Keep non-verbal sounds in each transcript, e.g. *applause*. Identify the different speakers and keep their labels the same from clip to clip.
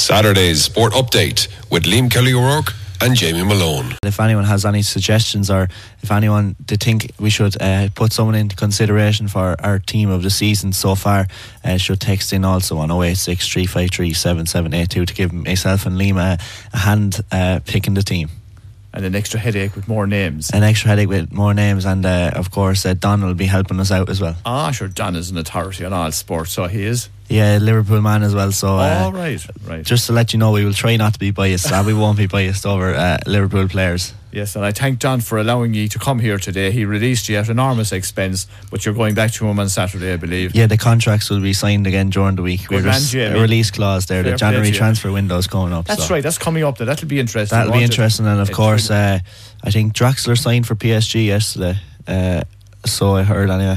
Speaker 1: Saturday's sport update with Liam Kelly O'Rourke and Jamie Malone.
Speaker 2: If anyone has any suggestions or if anyone they think we should uh, put someone into consideration for our team of the season so far, uh, should text in also on 086 353 7782 to give myself and Liam a, a hand uh, picking the team.
Speaker 3: and an extra headache with more names.
Speaker 2: An extra headache with more names, and uh, of course, uh, Don will be helping us out as well.
Speaker 3: Ah, sure, Dan is an authority on all sports, so he is.
Speaker 2: Yeah, Liverpool man as well. So, uh,
Speaker 3: All right, right.
Speaker 2: just to let you know, we will try not to be biased. uh, we won't be biased over uh, Liverpool players.
Speaker 3: yes, and I thank Don for allowing you to come here today. He released you at enormous expense, but you're going back to him on Saturday, I believe.
Speaker 2: Yeah, the contracts will be signed again during the week.
Speaker 3: Good
Speaker 2: We're just
Speaker 3: man, Jamie.
Speaker 2: a release clause there.
Speaker 3: Fair
Speaker 2: the
Speaker 3: play to
Speaker 2: January
Speaker 3: you.
Speaker 2: transfer window is coming up.
Speaker 3: That's
Speaker 2: so
Speaker 3: right, that's coming up there. That'll be interesting.
Speaker 2: That'll be
Speaker 3: won't it?
Speaker 2: interesting. And of
Speaker 3: It's
Speaker 2: course,
Speaker 3: really-
Speaker 2: uh, I think Draxler signed for PSG yesterday. Uh, so I heard anyway.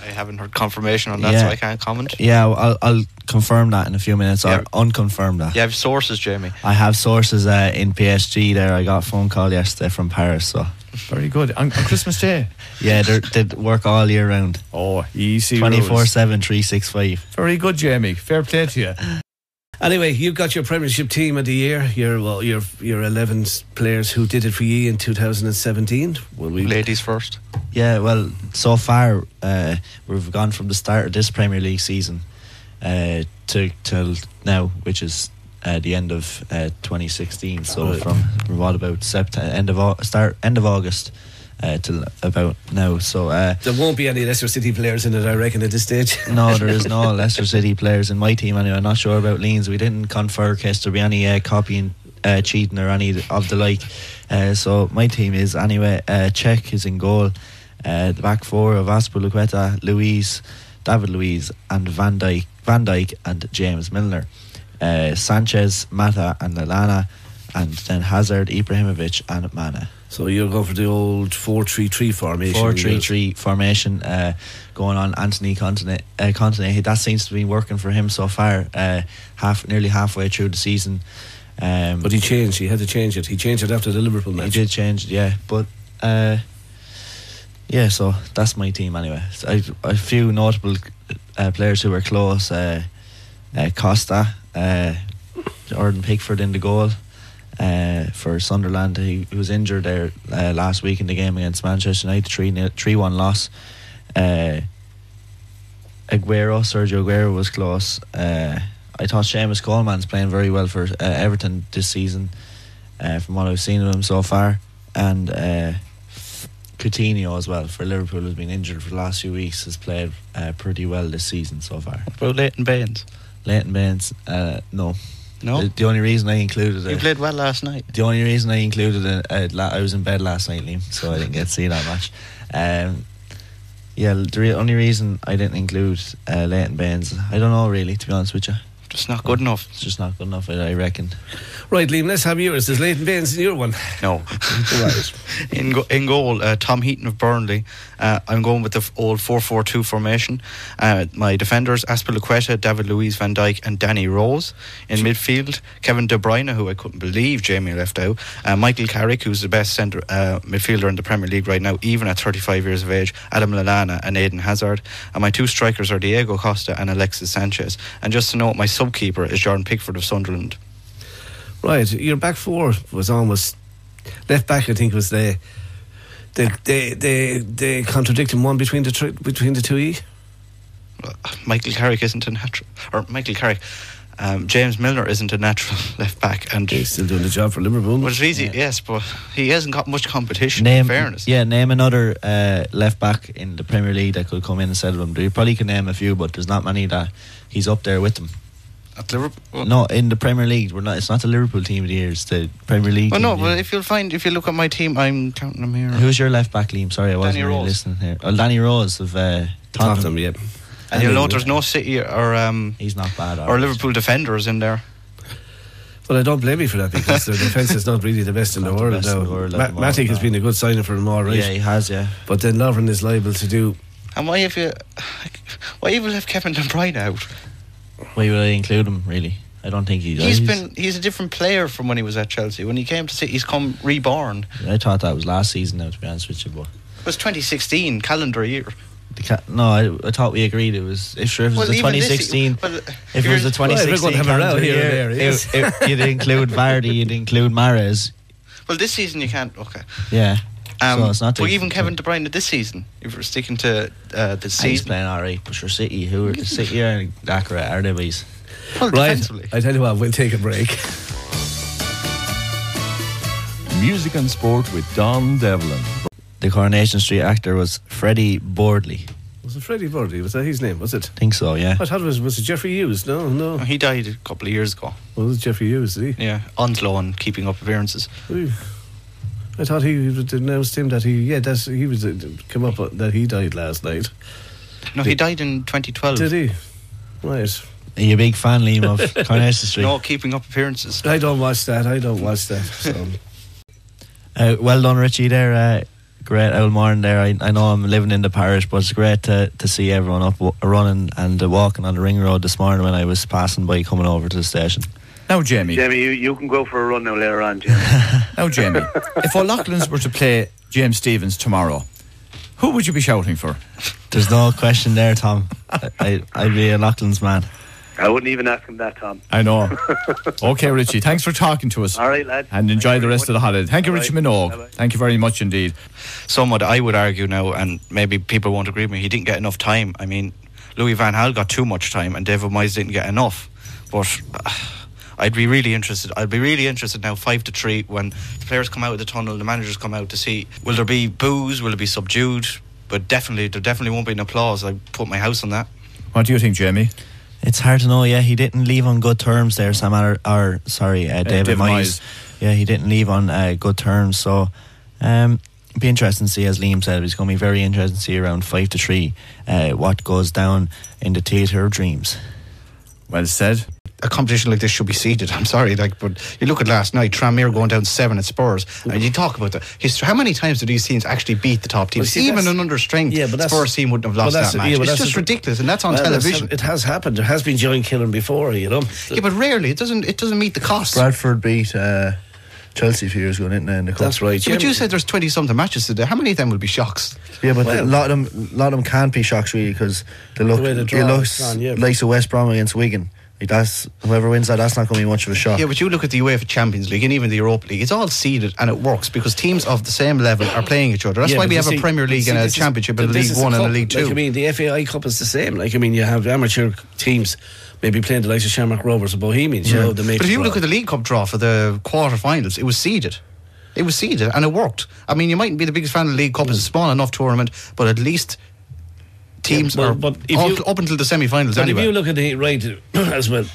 Speaker 4: I haven't heard confirmation on that,
Speaker 2: Yeah.
Speaker 4: so I can't comment.
Speaker 2: Yeah, I'll, I'll confirm that in a few minutes or
Speaker 4: Yeah.
Speaker 2: unconfirm that.
Speaker 4: You have sources, Jamie.
Speaker 2: I have sources uh, in PSG there. I got a phone call yesterday from Paris. So
Speaker 3: very good. On, on Christmas
Speaker 2: *laughs*
Speaker 3: Day.
Speaker 2: yeah, they're- they work all year round.
Speaker 3: Oh, easy.
Speaker 2: 24
Speaker 3: rules.
Speaker 2: 7, 365.
Speaker 3: Very good, Jamie. Fair play to you.
Speaker 5: Anyway, you've got your Premiership team of the year. Your well, your your eleven s- players who did it for you in 2017. Will we?
Speaker 4: Ladies first.
Speaker 2: Yeah, well, so far uh, we've gone from the start of this Premier League season uh, to till now, which is uh, the end of uh, 2016. So
Speaker 5: Right.
Speaker 2: from, from what about September, end of Au- start end of August uh, till about now. So uh,
Speaker 5: There won't be any Leicester City players in it, I reckon, at this stage. *laughs*
Speaker 2: *laughs* no, there is no Leicester City players in my team anyway. I'm not sure about Leans. We didn't confer case there be any uh, copying, uh, cheating, or any of the like. Uh, so my team is anyway. Uh, Czech is in goal. Uh, the back four of Aspilicueta, Louise, David Luiz, and Van Dyke, Van Dyke, and James Milner. Uh, Sanchez, Mata, and Lalana, and then Hazard, Ibrahimovic, and Mana.
Speaker 5: So you're going for the old four-three-three formation.
Speaker 2: Four three three formation uh, going on. Anthony Continent, uh, Continent that seems to be working for him so far. Uh, half nearly halfway through the season, um,
Speaker 5: But he changed. He had to change it. He changed it after the Liverpool
Speaker 2: he
Speaker 5: match.
Speaker 2: did change. Yeah, but uh, yeah, so that's my team anyway. So I, a few notable uh, players who were close: uh, uh, Costa, uh, Jordan Pickford in the goal. Uh, for Sunderland, he, he was injured there uh, last week in the game against Manchester United, three nil- three one loss. Uh, Aguero, Sergio Aguero was close. Uh, I thought Seamus Coleman's playing very well for uh, Everton this season, uh, from what I've seen of him so far. And uh, Coutinho as well for Liverpool has been injured for the last few weeks, has played uh, pretty well this season so far.
Speaker 4: About Leighton Baines.
Speaker 2: Leighton Baines, uh, no.
Speaker 4: No?
Speaker 2: The, the only reason I included
Speaker 4: You
Speaker 2: it.
Speaker 4: played well last night.
Speaker 2: The only reason I included it, uh, la- I was in bed last night, Liam, so I didn't get to see that much. Um, yeah, the re- only reason I didn't include uh, Leighton Baines, I don't know really, to be honest with you.
Speaker 4: Just not good enough.
Speaker 2: It's just not good enough, I I reckon.
Speaker 5: Right, Liam. Let's have yours. There's Leighton Baines in your one. *laughs*
Speaker 4: No.
Speaker 5: Right.
Speaker 4: *laughs* in, go- in goal, uh, Tom Heaton of Burnley. Uh, I'm going with the f- old 4 4 2 formation. Uh, my defenders, Aspilaqueta, David Luiz van Dijk, and Danny Rose. In midfield, Kevin De Bruyne, who I couldn't believe Jamie left out. Uh, Michael Carrick, who's the best centre uh, midfielder in the Premier League right now, even at 35 years of age. Adam Lallana and Aiden Hazard. And my two strikers are Diego Costa and Alexis Sanchez. And just to note, my sub keeper is Jordan Pickford of Sunderland.
Speaker 5: Right, your back four was almost left back. I think was the the the the, the contradicting one between the tr- between the two. E.
Speaker 4: Michael Carrick isn't a natural, or Michael Carrick, um, James Milner isn't a natural *laughs* left back, and
Speaker 5: He's still doing the job for Liverpool.
Speaker 4: well, it's easy, yes, but he hasn't got much competition.
Speaker 2: Name,
Speaker 4: in fairness,
Speaker 2: yeah, name another uh, left back in the Premier League that could come in instead of him. You probably can name a few, but there's not many that he's up there with them.
Speaker 4: at Liverpool.
Speaker 2: No, in the Premier League, we're not. It's not the Liverpool team of the year. It's the Premier League.
Speaker 4: Well,
Speaker 2: team
Speaker 4: no,
Speaker 2: of the year.
Speaker 4: but if you'll find, if you look at my team, I'm counting them here.
Speaker 2: Who's your left back, Liam? Sorry, I wasn't
Speaker 4: Danny
Speaker 2: really
Speaker 4: Rose.
Speaker 2: listening here. Oh, Danny Rose of uh, Tottenham.
Speaker 5: Tottenham, yeah.
Speaker 4: and you'll note there's no City or um,
Speaker 2: He's not bad.
Speaker 4: or
Speaker 2: alright.
Speaker 4: Liverpool defenders in there.
Speaker 5: Well, I don't blame you for that because their defence is not really the best in the
Speaker 2: Not the
Speaker 5: world.
Speaker 2: best in
Speaker 5: now.
Speaker 2: the world at
Speaker 5: Ma-
Speaker 2: the moment,
Speaker 5: Matic has
Speaker 2: no.
Speaker 5: been a good signing for them, all right.
Speaker 2: Yeah, he has. Yeah,
Speaker 5: But then Lovren is liable to do.
Speaker 4: And why have you, why even have Kevin De Bruyne out?
Speaker 2: why would I include him? Really, I don't think he does.
Speaker 4: He's been, he's a different player from when he was at Chelsea. When he came to City, he's come reborn.
Speaker 2: I thought that was last season. Now, to be honest with you, but
Speaker 4: It was 2016 calendar year.
Speaker 2: The ca- no, I, I thought we agreed it was if sure if it was the
Speaker 6: even this- uh,
Speaker 2: 2016.
Speaker 6: well,
Speaker 2: if it was the
Speaker 6: you're-
Speaker 5: Well,
Speaker 2: 2016
Speaker 5: everyone have a row
Speaker 2: calendar
Speaker 5: here
Speaker 2: year,
Speaker 5: and there, yes.
Speaker 2: it- it- you'd include Vardy, you'd include Mares.
Speaker 6: Well, this season you can't. Okay.
Speaker 2: Yeah.
Speaker 6: Um,
Speaker 2: so it's not.
Speaker 6: but
Speaker 2: the-
Speaker 6: even Kevin De Bruyne this season, if we're sticking to uh, the
Speaker 2: Ah, He's
Speaker 6: season,
Speaker 2: playing all right, but sure, City,
Speaker 6: *laughs*
Speaker 2: who are City are accurate, are they? Boys?
Speaker 6: well,
Speaker 5: Right,
Speaker 6: defensively.
Speaker 5: I tell you what, we'll take a break.
Speaker 7: Music and sport with Don Devlin.
Speaker 2: The Coronation Street actor was Freddie Bordley.
Speaker 5: Was it Freddie Birdie? Was that his name? Was it?
Speaker 2: Think so, yeah.
Speaker 5: I thought it was, was it Jeffrey Hughes? No, no.
Speaker 4: Oh,
Speaker 6: He died a couple of years ago.
Speaker 5: Well, it was Jeffrey Hughes, did he?
Speaker 6: Yeah, Onslow and keeping up appearances.
Speaker 5: Ooh. I thought he had announced him that he, yeah, that's he was, it came up uh, that he died last night.
Speaker 6: No, he died in 2012.
Speaker 5: Did he? Right.
Speaker 2: Are you a big fan, Liam,
Speaker 6: *laughs*
Speaker 2: of Coronation Street?
Speaker 6: No, keeping up appearances.
Speaker 5: I don't watch that. I don't watch that. So.
Speaker 2: Uh, well done, Richie. There, uh, great old morning there. I, I know I'm living in the parish, but it's great to, to see everyone up w- running and uh, walking on the ring road this morning when I was passing by coming over to the station.
Speaker 3: Now, Jamie.
Speaker 8: Jamie, you, you can go for a run now later on, Jamie.
Speaker 3: *laughs* Now, Jamie. if O'Loughlin's were to play James Stevens tomorrow, who would you be shouting for?
Speaker 2: There's no question there, Tom. I, I, I'd be a Loughlin's man.
Speaker 8: I wouldn't even ask him that, Tom.
Speaker 3: I know. *laughs* okay, Richie. Thanks for talking to us.
Speaker 8: All right, lad.
Speaker 3: And enjoy
Speaker 8: Thank you
Speaker 3: the
Speaker 8: very
Speaker 3: rest of the
Speaker 8: much.
Speaker 3: holiday. Thank you,
Speaker 8: All
Speaker 3: Richie
Speaker 8: right.
Speaker 3: Minogue.
Speaker 8: Bye-bye.
Speaker 3: Tsome Thank you very much indeed.
Speaker 6: Somewhat, I would argue now, and maybe people won't agree with me, he didn't get enough time. I mean, Louis Van Gaal got too much time, and David Moyes didn't get enough. But *sighs* uh, I'd be really interested. I'd be really interested now, 5 to 3, when the players come out of the tunnel, the managers come out to see will there be boos, will it be subdued? But definitely, there definitely won't be an applause. I put my house on that.
Speaker 3: What do you think, Jamie?
Speaker 2: It's hard to know. Yeah, he didn't leave on good terms there, Sam. Or, or sorry, uh, David,
Speaker 3: David
Speaker 2: Moyes.
Speaker 3: Moyes.
Speaker 2: Yeah, he didn't leave on uh, good terms. So, um, it'd be interesting to see, as Liam said, it's going to be very interesting to see around five to three uh, what goes down in the theatre of dreams.
Speaker 3: Well said.
Speaker 4: a competition like this should be seeded. *laughs* I'm sorry, like, but you look at last night, Tranmere going down seven at Spurs, and you talk about the history. How many times do these teams actually beat the top teams?
Speaker 5: see, that's-
Speaker 4: Even an under strength
Speaker 5: Yeah, but that's-
Speaker 4: Spurs team wouldn't have
Speaker 5: Well,
Speaker 4: lost
Speaker 5: that's-
Speaker 4: that match.
Speaker 5: yeah, but
Speaker 4: it's
Speaker 5: that's
Speaker 4: just
Speaker 5: the-
Speaker 4: television, and that's on
Speaker 5: Well, that's-
Speaker 4: television.
Speaker 5: it has happened. There has been giant killing before, you know.
Speaker 4: yeah, but rarely it doesn't. It doesn't meet the cost.
Speaker 9: Bradford beat uh, Chelsea a few years ago, didn't they? In the cup.
Speaker 5: That's right.
Speaker 4: Yeah, but you
Speaker 5: Jim.
Speaker 4: said there's twenty something matches today. How many of them will be shocks?
Speaker 9: Yeah, but a lot of them, lot of them can't be shocks really because they look,
Speaker 5: The way the
Speaker 9: they
Speaker 5: draw
Speaker 9: look
Speaker 5: has gone, yeah.
Speaker 9: like the West Brom against Wigan. Like that's whoever wins that, that's not going to be much of a shock.
Speaker 4: Yeah, but you look at the UEFA Champions League and even the Europa League. It's all seeded and it works because teams of the same level are playing each other. That's
Speaker 5: Yeah,
Speaker 4: why
Speaker 5: but
Speaker 4: we
Speaker 5: you
Speaker 4: have
Speaker 5: see-
Speaker 4: a Premier
Speaker 5: but
Speaker 4: League
Speaker 5: see,
Speaker 4: and a
Speaker 5: this is-
Speaker 4: Championship and a
Speaker 5: but this
Speaker 4: League
Speaker 5: is
Speaker 4: One and a
Speaker 5: cup.
Speaker 4: League Two.
Speaker 5: Like, I mean, the FAI Cup is the same. Like, I mean, you have amateur teams maybe playing the likes of Shamrock Rovers or Bohemians. You know, they make
Speaker 4: But if
Speaker 5: the
Speaker 4: you
Speaker 5: draw.
Speaker 4: look at the League Cup draw for the quarter-finals, it was seeded. It was seeded and it worked. I mean, you mightn't be the biggest fan of the League Cup as a small enough tournament, but at least teams
Speaker 5: Yeah, well,
Speaker 4: are
Speaker 5: but if
Speaker 4: up,
Speaker 5: you-
Speaker 4: up until the semi-finals
Speaker 5: But
Speaker 4: anyway.
Speaker 5: if you look at the right *clears throat* as well,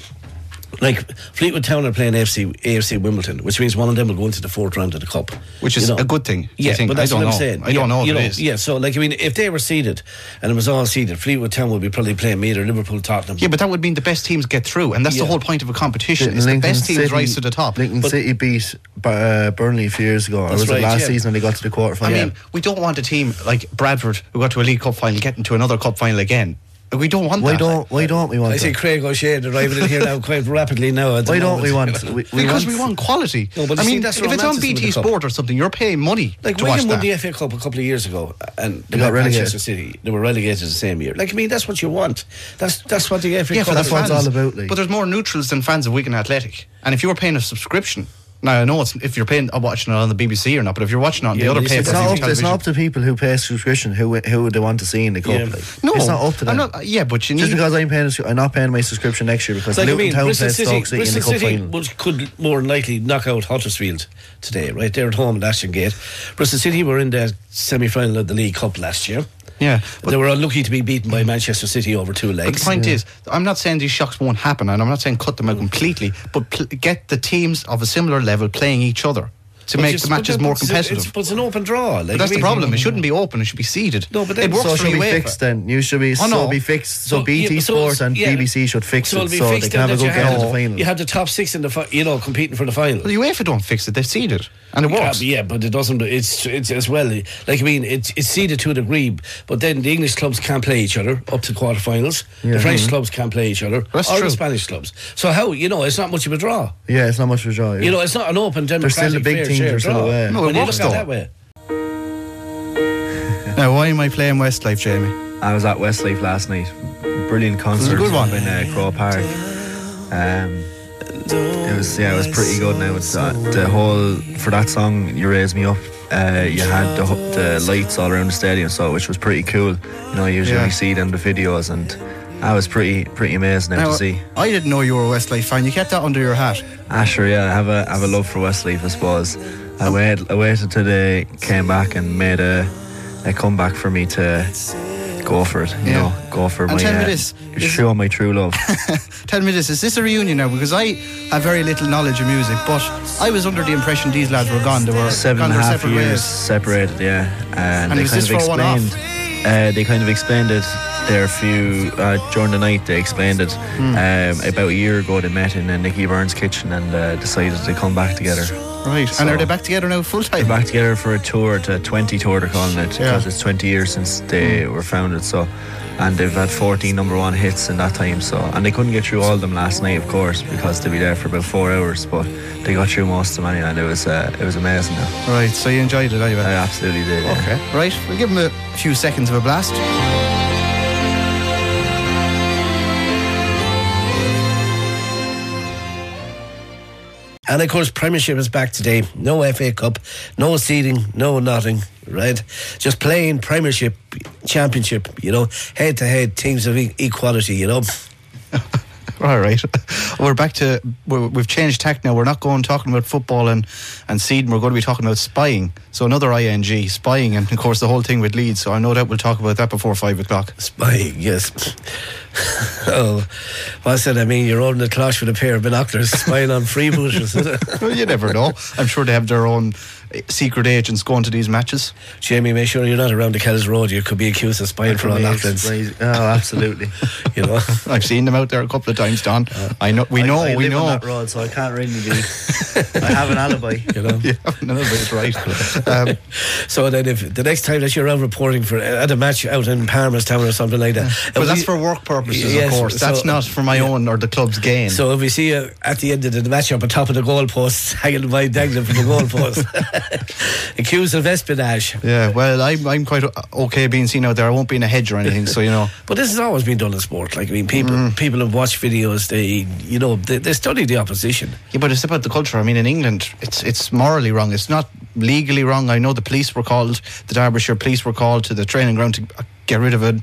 Speaker 5: like Fleetwood Town are playing FC AFC Wimbledon, which means one of them will go into the fourth round of the cup,
Speaker 4: Which is a good thing, I
Speaker 5: Yeah,
Speaker 4: think.
Speaker 5: but
Speaker 4: I
Speaker 5: that's
Speaker 4: don't
Speaker 5: what I'm
Speaker 4: know.
Speaker 5: saying.
Speaker 4: I don't
Speaker 5: Yeah,
Speaker 4: know if
Speaker 5: you
Speaker 4: it is.
Speaker 5: Yeah, so like I mean, if they were seeded and it was all seeded, Fleetwood Town would be probably playing either Liverpool, Tottenham.
Speaker 4: yeah, but that would mean the best teams get through, and that's
Speaker 5: Yeah.
Speaker 4: the whole point of a competition.
Speaker 9: Didn't
Speaker 4: is the
Speaker 9: Lincoln
Speaker 4: best teams
Speaker 9: City-
Speaker 4: rise to the top.
Speaker 9: Lincoln City beat Bu- uh, Burnley a few years ago. Or
Speaker 5: That's
Speaker 9: was
Speaker 5: right,
Speaker 9: it last
Speaker 5: yeah.
Speaker 9: season when they got to the
Speaker 4: I
Speaker 9: quarterfinal?
Speaker 4: mean, we don't want a team like Bradford who got to a League Cup final getting to another Cup final again. We don't want
Speaker 9: why
Speaker 4: that.
Speaker 9: don't why don't we want?
Speaker 5: I see
Speaker 9: that?
Speaker 5: Craig O'Shea arriving in
Speaker 4: *laughs*
Speaker 5: here now quite rapidly now. at the
Speaker 9: Why don't we
Speaker 5: moment. *laughs*
Speaker 9: want? We, we
Speaker 4: because
Speaker 9: want,
Speaker 4: we want quality.
Speaker 5: No, but
Speaker 4: I
Speaker 5: you see,
Speaker 4: mean,
Speaker 5: that's
Speaker 4: if it's on
Speaker 5: romanticism in
Speaker 4: BT
Speaker 5: the cup.
Speaker 4: Sport or something, you're paying money
Speaker 5: Like
Speaker 4: to watch
Speaker 5: Wigan won
Speaker 4: that.
Speaker 5: the FA Cup a couple of years ago, and they
Speaker 9: got
Speaker 5: got
Speaker 9: relegated.
Speaker 5: Manchester City. They were relegated the same year. Like I mean, that's what you want. That's that's what the FA
Speaker 4: yeah,
Speaker 5: Cup.
Speaker 4: for the
Speaker 9: that's what
Speaker 4: fans.
Speaker 9: it's all about, like.
Speaker 4: But there's more neutrals than fans of Wigan Athletic. And if you were paying a subscription, now I know it's if you're paying uh, watching it on the BBC or not, but if you're watching it on
Speaker 5: Yeah,
Speaker 4: the other
Speaker 5: but
Speaker 4: pay
Speaker 5: it's
Speaker 9: It's
Speaker 4: per
Speaker 9: not, up,
Speaker 4: view
Speaker 9: it's
Speaker 4: television,
Speaker 9: not up to people who pay a subscription who who they want to see in the cup.
Speaker 5: Yeah.
Speaker 9: Like.
Speaker 4: no,
Speaker 9: it's not up to
Speaker 4: I'm
Speaker 9: them.
Speaker 5: uh,
Speaker 4: not, yeah, but you need
Speaker 9: Just because I'm paying, I'm not paying my subscription next year
Speaker 5: It's
Speaker 9: because
Speaker 5: like,
Speaker 9: Luton
Speaker 5: I mean,
Speaker 9: Town
Speaker 5: Bristol
Speaker 9: plays
Speaker 5: City,
Speaker 9: Stoke City in
Speaker 5: Bristol
Speaker 9: the cup
Speaker 5: City
Speaker 9: final.
Speaker 5: was, could more than likely knock out Huddersfield today, right? They're at home at Ashton Gate. Bristol City were in the semi final of the League Cup last year.
Speaker 4: yeah. But
Speaker 5: they were unlucky to be beaten by Manchester City over two
Speaker 4: But
Speaker 5: legs.
Speaker 4: the point is, I'm not saying these shocks won't happen, and I'm not saying cut them out completely, but pl- get the teams of a similar level playing each other to
Speaker 5: But
Speaker 4: make
Speaker 5: just-
Speaker 4: the
Speaker 5: but
Speaker 4: matches
Speaker 5: that-
Speaker 4: more
Speaker 5: but it's- it's-
Speaker 4: competitive.
Speaker 5: but it's an open draw.
Speaker 4: but
Speaker 5: Like,
Speaker 4: that's
Speaker 5: I
Speaker 4: the
Speaker 5: mean-
Speaker 4: problem. It shouldn't be open. It should be seeded.
Speaker 5: No, but
Speaker 4: it
Speaker 5: then-
Speaker 4: works
Speaker 9: So
Speaker 4: for
Speaker 9: should be
Speaker 4: UEFA.
Speaker 9: fixed then. You should be
Speaker 4: Oh,
Speaker 9: so
Speaker 4: no.
Speaker 9: be fixed. So, BT
Speaker 5: yeah, but
Speaker 9: Sport
Speaker 5: so-
Speaker 9: and
Speaker 5: yeah.
Speaker 9: BBC should fix
Speaker 5: it'll
Speaker 9: it
Speaker 5: be
Speaker 9: so
Speaker 5: fixed
Speaker 9: they can have a
Speaker 5: then
Speaker 9: good
Speaker 5: that you
Speaker 9: game in the
Speaker 5: have-
Speaker 9: final.
Speaker 5: You have the top six in the fi- you know competing for the final.
Speaker 4: Well, UEFA don't fix it. They've seeded, and it
Speaker 5: Yeah,
Speaker 4: works.
Speaker 5: but, yeah, but it doesn't. It's it's as well. Like I mean, it's it's seeded to a degree, but then the English clubs can't play each other up to quarterfinals. The French clubs can't play each other,
Speaker 4: That's
Speaker 5: or
Speaker 4: true.
Speaker 5: the Spanish clubs. So how you know it's not much of a draw.
Speaker 9: Yeah, it's not much of a draw.
Speaker 5: You know, it's not an open
Speaker 9: They're
Speaker 5: democratic
Speaker 9: still the big
Speaker 5: fair
Speaker 9: teams,
Speaker 5: share
Speaker 9: they're still
Speaker 5: draw.
Speaker 9: away.
Speaker 4: No, it
Speaker 5: When you
Speaker 4: works
Speaker 5: look
Speaker 4: though.
Speaker 5: at it that way.
Speaker 4: Now, why am I playing Westlife, Jamie?
Speaker 2: I was at Westlife last night. Brilliant concert.
Speaker 4: good one.
Speaker 2: in uh, Crow Park. Um, it was yeah, it was pretty good. Now it's uh, the whole for that song "You Raise Me Up." Uh, you had the, ho- the lights all around the stadium, so which was pretty cool. You know, you usually
Speaker 4: Yeah.
Speaker 2: only see it in the videos, and that was pretty pretty amazing now,
Speaker 4: Now,
Speaker 2: to see.
Speaker 4: I didn't know you were a Westlife fan. You kept that under your hat.
Speaker 2: Asher, yeah, I have a I have a love for Westlife, I suppose. I waited I waited till they came back and made a a comeback for me to go for it. You
Speaker 4: Yeah.
Speaker 2: know, go for
Speaker 4: And
Speaker 2: my uh,
Speaker 4: tell me this, is-
Speaker 2: show my true love.
Speaker 4: Tell me this, is this a reunion now? Because I have very little knowledge of music, but I was under the impression these lads were gone. They were
Speaker 2: Seven
Speaker 4: gone
Speaker 2: and a
Speaker 4: their
Speaker 2: half
Speaker 4: separate
Speaker 2: years
Speaker 4: ways.
Speaker 2: separated, yeah. And,
Speaker 4: And
Speaker 2: they
Speaker 4: was
Speaker 2: kind
Speaker 4: this
Speaker 2: of
Speaker 4: for a one-off?
Speaker 2: explained. Uh, they kind of explained it. There a few uh, during the night. They explained it.
Speaker 4: Hmm.
Speaker 2: Um, about a year ago, they met in uh, Nicky Burns' kitchen and uh, decided to come back together.
Speaker 4: Right.
Speaker 2: So-
Speaker 4: and are they back together now full
Speaker 2: They're
Speaker 4: time?
Speaker 2: back together for a tour, to a 20 tour they're calling it,
Speaker 4: Yeah. Hmm.
Speaker 2: because it's 20 years since they were founded. So, and they've had 14 number one hits in that time. So, and they couldn't get through all of them last night, of course, because they'd be there for about four hours. But they got through most of them anyway, and it was uh, it was amazing. Though.
Speaker 4: Right, so you enjoyed it anyway.
Speaker 2: I absolutely did. yeah.
Speaker 4: Uh, Okay. Right, we'll give them a few seconds of a blast.
Speaker 5: And of course, Premiership is back today. No FA Cup, no seeding, no nothing, right? Just playing Premiership, Championship, you know, head to head, teams of e- equality, you know.
Speaker 4: All right, *laughs* we're back to we're, we've changed tack now. We're not going talking about football and and seed. We're going to be talking about spying. So another ing spying, and of course the whole thing with Leeds. So I know that we'll talk about that before five o'clock.
Speaker 5: Spying, yes. *laughs* oh, what's that? I mean, you're holding the cloche with a pair of binoculars, spying on freebooters.
Speaker 4: *laughs* Well, you never know. I'm sure they have their own eh, secret agents going to these matches.
Speaker 5: Jamie, make sure you're not around the Kells Road. You could be accused of spying for all Athletes,
Speaker 9: Oh,
Speaker 4: *laughs*
Speaker 9: absolutely.
Speaker 5: you know. *laughs*
Speaker 4: I've seen them out there a couple of times, Don. Uh, I know. We know.
Speaker 9: I, I
Speaker 4: we
Speaker 9: live
Speaker 4: know.
Speaker 9: on that road, so I can't really be. I have an alibi.
Speaker 5: You know.
Speaker 4: *laughs* Yeah, none of it is *laughs* right. Um,
Speaker 5: So then, if the next time that you're out reporting for uh, at a match out in Palmerstown or something like that,
Speaker 4: but
Speaker 5: if
Speaker 4: that's
Speaker 5: we-
Speaker 4: for work purposes,
Speaker 5: Yes,
Speaker 4: of course. That's
Speaker 5: so-
Speaker 4: not for my own or the club's gain.
Speaker 5: So if we see you at the end of the match up on top of the goalposts, *laughs* hanging by dangling from the goalpost, *laughs* accused of espionage.
Speaker 4: yeah. Well, I'm I'm quite o- okay being seen out there. I won't be in a hedge or anything. So you know.
Speaker 5: But this has always been done in sport. Like I mean, people
Speaker 4: Mm-hmm.
Speaker 5: people have watched videos. They you know they, they study the opposition.
Speaker 4: Yeah, but it's about the culture. I mean, in England, it's it's morally wrong. It's not legally wrong. I know the police were called, the Derbyshire police were called to the training ground to uh, get rid of an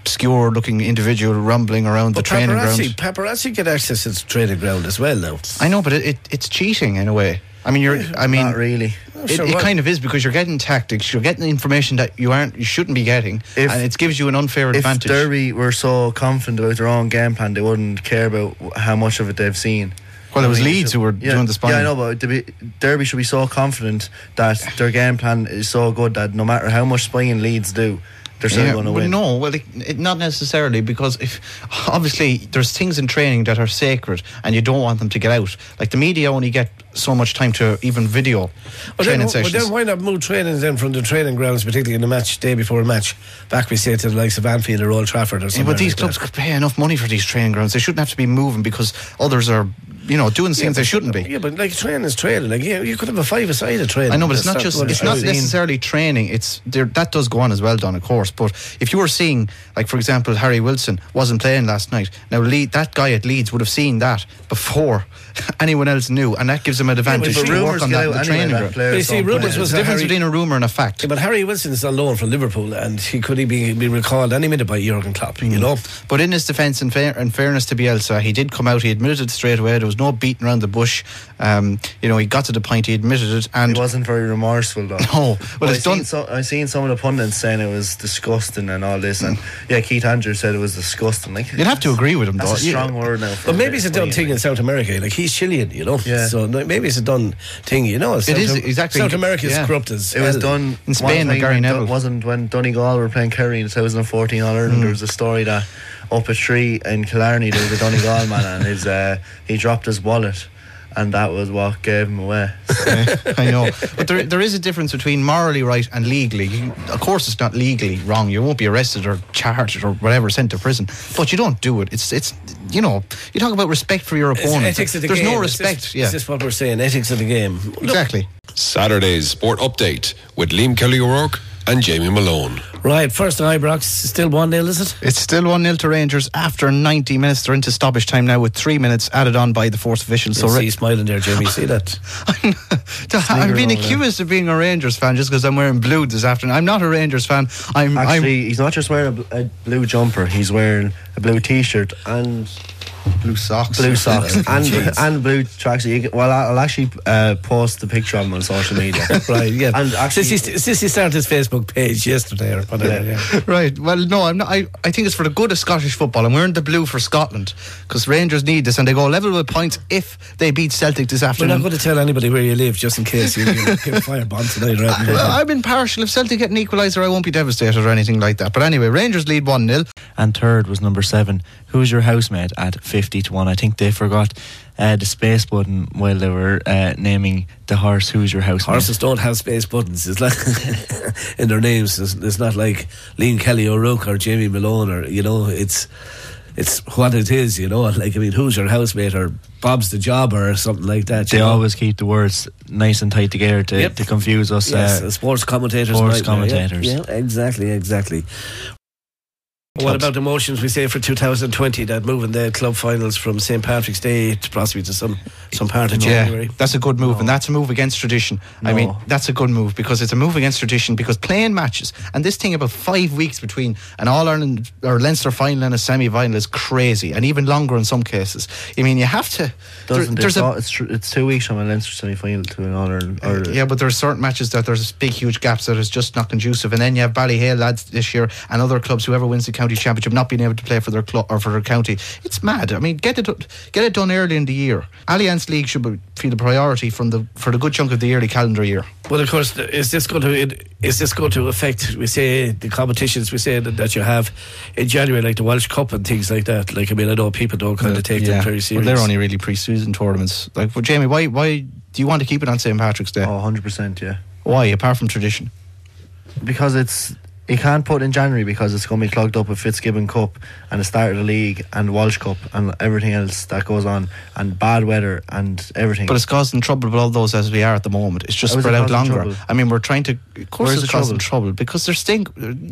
Speaker 4: obscure-looking individual rumbling around the
Speaker 5: But
Speaker 4: training
Speaker 5: paparazzi,
Speaker 4: ground.
Speaker 5: paparazzi get access to the training ground as well now.
Speaker 4: I know, but it, it it's cheating in a way. I mean, you're. I mean,
Speaker 9: Not really.
Speaker 4: It,
Speaker 5: Sure,
Speaker 4: it
Speaker 5: what-
Speaker 4: kind of is because you're getting tactics, you're getting information that you aren't, you shouldn't be getting,
Speaker 9: If-
Speaker 4: and it gives you an unfair
Speaker 9: If
Speaker 4: advantage.
Speaker 9: Derby were so confident about their own game plan, they wouldn't care about wh- how much of it they've seen.
Speaker 4: Well, it
Speaker 9: I
Speaker 4: was
Speaker 9: mean,
Speaker 4: Leeds
Speaker 9: so-
Speaker 4: who were
Speaker 9: yeah,
Speaker 4: doing the spying.
Speaker 9: Yeah, I know, but to be- Derby should be so confident that their game plan is so good that no matter how much spying Leeds do, they're still
Speaker 4: Yeah,
Speaker 9: going to
Speaker 4: but
Speaker 9: win.
Speaker 4: No, well, it, it, not necessarily because if obviously there's things in training that are sacred and you don't want them to get out. Like the media only get so much time to even video
Speaker 5: Well,
Speaker 4: training
Speaker 5: then, well,
Speaker 4: sessions.
Speaker 5: then why not move trainings then from the training grounds, particularly in the match day before a match, back we say to the likes of Anfield or Old Trafford or
Speaker 4: Yeah,
Speaker 5: something.
Speaker 4: but these clubs could pay enough money for these training grounds. They shouldn't have to be moving because others are, you know, doing things they shouldn't be.
Speaker 5: Yeah, but like training is training. Like yeah, you could have a five aside of training.
Speaker 4: I know, but it's
Speaker 5: That's
Speaker 4: not just
Speaker 5: what
Speaker 4: it's not
Speaker 5: about.
Speaker 4: necessarily training. It's there that does go on as well, Don, of course. But if you were seeing, like for example, Harry Wilson wasn't playing last night. Now Le- that guy at Leeds would have seen that before *laughs* anyone else knew, and that gives him an advantage
Speaker 9: but
Speaker 4: to work
Speaker 9: rumours
Speaker 4: on
Speaker 9: get
Speaker 4: that in
Speaker 9: out
Speaker 4: the
Speaker 9: anyway
Speaker 4: training
Speaker 9: about
Speaker 4: ground.
Speaker 9: players
Speaker 5: But you see,
Speaker 9: don't
Speaker 5: rumours
Speaker 9: play.
Speaker 5: was
Speaker 4: There's a difference
Speaker 5: Harry-
Speaker 4: between a rumor and a fact.
Speaker 5: Yeah, but Harry Wilson is on loan from Liverpool, and he could he be, be recalled any minute by Jurgen Klopp. You
Speaker 4: Mm.
Speaker 5: know,
Speaker 4: But in his defence, in, fair, in fairness to Bielsa, he did come out. He admitted it straight away. There was no beating around the bush. Um, you know, he got to the point. He admitted it, and
Speaker 9: It wasn't very remorseful though.
Speaker 4: No, well,
Speaker 9: But I
Speaker 4: it's done-
Speaker 9: seen so, I seen some of the pundits saying it was disgusting and all this, and yeah, Keith Andrews said it was disgusting. Like
Speaker 4: Mm. you'd have to agree with him,
Speaker 9: that's
Speaker 4: though.
Speaker 9: a
Speaker 4: You-
Speaker 9: strong word now. for
Speaker 5: but maybe it's a done
Speaker 9: spying,
Speaker 5: thing in
Speaker 9: like.
Speaker 5: South America. Like he's Chilean, you know.
Speaker 9: Yeah.
Speaker 5: So no- maybe it's a done thing. You know, South
Speaker 4: is,
Speaker 5: Am-
Speaker 4: exactly.
Speaker 5: South America is
Speaker 4: Yeah.
Speaker 5: corrupt as
Speaker 9: It was
Speaker 5: hell.
Speaker 9: done
Speaker 4: In Spain
Speaker 9: one
Speaker 4: with
Speaker 9: time
Speaker 4: Gary
Speaker 9: when Dun-
Speaker 4: Neville.
Speaker 9: Wasn't when Donegal were playing Kerry in 2014 on Ireland. There was a story that up a tree in Killarney there was a Donegal man and his uh, he dropped his wallet, and that was what gave him away.
Speaker 4: *laughs* I know, but there, there is a difference between morally right and legally. You- of course, it's not legally wrong. You won't be arrested or charged or whatever, sent to prison. But you don't do it. It's it's you know you talk about respect for your
Speaker 5: It's
Speaker 4: opponent.
Speaker 5: ethics of the
Speaker 4: There's
Speaker 5: game.
Speaker 4: no
Speaker 5: It's just-
Speaker 4: respect. yeah,
Speaker 5: it's just what we're saying. Ethics of the game. Look,
Speaker 4: exactly.
Speaker 1: Saturday's Sport Update with Liam Kelly O'Rourke and Jamie Malone.
Speaker 5: Right, first to Ibrox, still 1 0, is it?
Speaker 4: It's still 1 0 to Rangers after 90 minutes. They're into stoppage time now with three minutes added on by the fourth official.
Speaker 5: So
Speaker 4: So,
Speaker 5: see you smiling there, Jimmy.
Speaker 4: *laughs*
Speaker 5: See that?
Speaker 4: I'm, I'm being accused of being a Rangers fan just because I'm wearing blue this afternoon. I'm not a Rangers fan. I'm,
Speaker 9: Actually, he's not just wearing a, bl- a blue jumper; he's wearing a blue T-shirt and
Speaker 4: I'm blue socks.
Speaker 5: *laughs*
Speaker 9: blue socks *laughs* and
Speaker 5: Jeez.
Speaker 9: and blue tracks. You can- Well, I'll actually uh, post the picture on my social media.
Speaker 5: Right, yeah.
Speaker 9: And actually,
Speaker 5: since, he, since he started his Facebook page yesterday or whatever, yeah.
Speaker 4: *laughs* Right. Well, no, I'm not. I, I think it's for the good of Scottish football. I'm wearing the blue for Scotland because Rangers need this and they go level with points if they beat Celtic this
Speaker 5: We're
Speaker 4: afternoon.
Speaker 5: not going to tell anybody where you live just in case you you
Speaker 4: *laughs*
Speaker 5: get a firebomb tonight, right?
Speaker 4: Well, I'm impartial. If Celtic get an equaliser, I won't be devastated or anything like that. But anyway, Rangers lead 1 0.
Speaker 2: And third was number seven, Who's Your Housemate at 50 to 1. I think they forgot uh, the space button while they were uh, naming the horse Who's Your Housemate.
Speaker 5: Horses don't have space buttons. It's like *laughs* in their names. It's, it's not like Liam Kelly O'Rourke or Jamie Malone or you know. It's it's what it is. You know, *laughs* like I mean, who's your housemate or Bob's the jobber or something like that. you
Speaker 2: They
Speaker 5: know?
Speaker 2: always keep the words nice and tight together to,
Speaker 5: Yep.
Speaker 2: to confuse us.
Speaker 5: yes,
Speaker 2: uh,
Speaker 5: the sports commentators.
Speaker 2: sports
Speaker 5: nightmare, yeah,
Speaker 2: commentators.
Speaker 5: Yeah, exactly, exactly. What about the motions we say for 2020 that moving the club finals from St Patrick's Day to possibly to some some part of January?
Speaker 4: that's a good move, and that's a move against tradition. I mean, that's a good move because it's a move against tradition because playing matches and this thing about five weeks between an All Ireland or Leinster final and a semi final is crazy, and even longer in some cases. I mean, you have to. there-
Speaker 9: doesn't
Speaker 4: there's
Speaker 9: it's,
Speaker 4: a-
Speaker 9: all- it's, tr- it's two weeks from a Leinster semi-final to an honor. Or,
Speaker 4: yeah, but there are certain matches that there's big, huge gaps that is just not conducive. And then you have Ballyhale lads this year and other clubs, whoever wins the county championship, not being able to play for their club or for their county. It's mad. I mean, get it get it done early in the year. Alliance League should be feel the priority from the for the good chunk of the yearly calendar year.
Speaker 5: Well, of course, th- is this going to is this going to affect? We say the competitions we say that, that you have in January, like the Welsh Cup and things like that. Like I mean, I know people don't kind of take them very
Speaker 4: Well,
Speaker 5: seriously.
Speaker 4: they're only really pre-season tournaments. Like, well, Jamie, why why do you want to keep it on St Patrick's Day?
Speaker 9: Oh, 100%, yeah.
Speaker 4: Why, apart from tradition?
Speaker 9: Because it's... You can't put it in January because it's going to be clogged up with Fitzgibbon Cup and the start of the league and Walsh Cup and everything else that goes on and bad weather and everything.
Speaker 4: But it's causing trouble with all those as we are at the moment. It's just
Speaker 9: How Oh, is it
Speaker 4: spread out
Speaker 9: causing
Speaker 4: longer.
Speaker 9: trouble?
Speaker 4: I mean, we're trying to. Of course,
Speaker 9: Where's
Speaker 4: it's
Speaker 9: the
Speaker 4: causing trouble? because they're staying.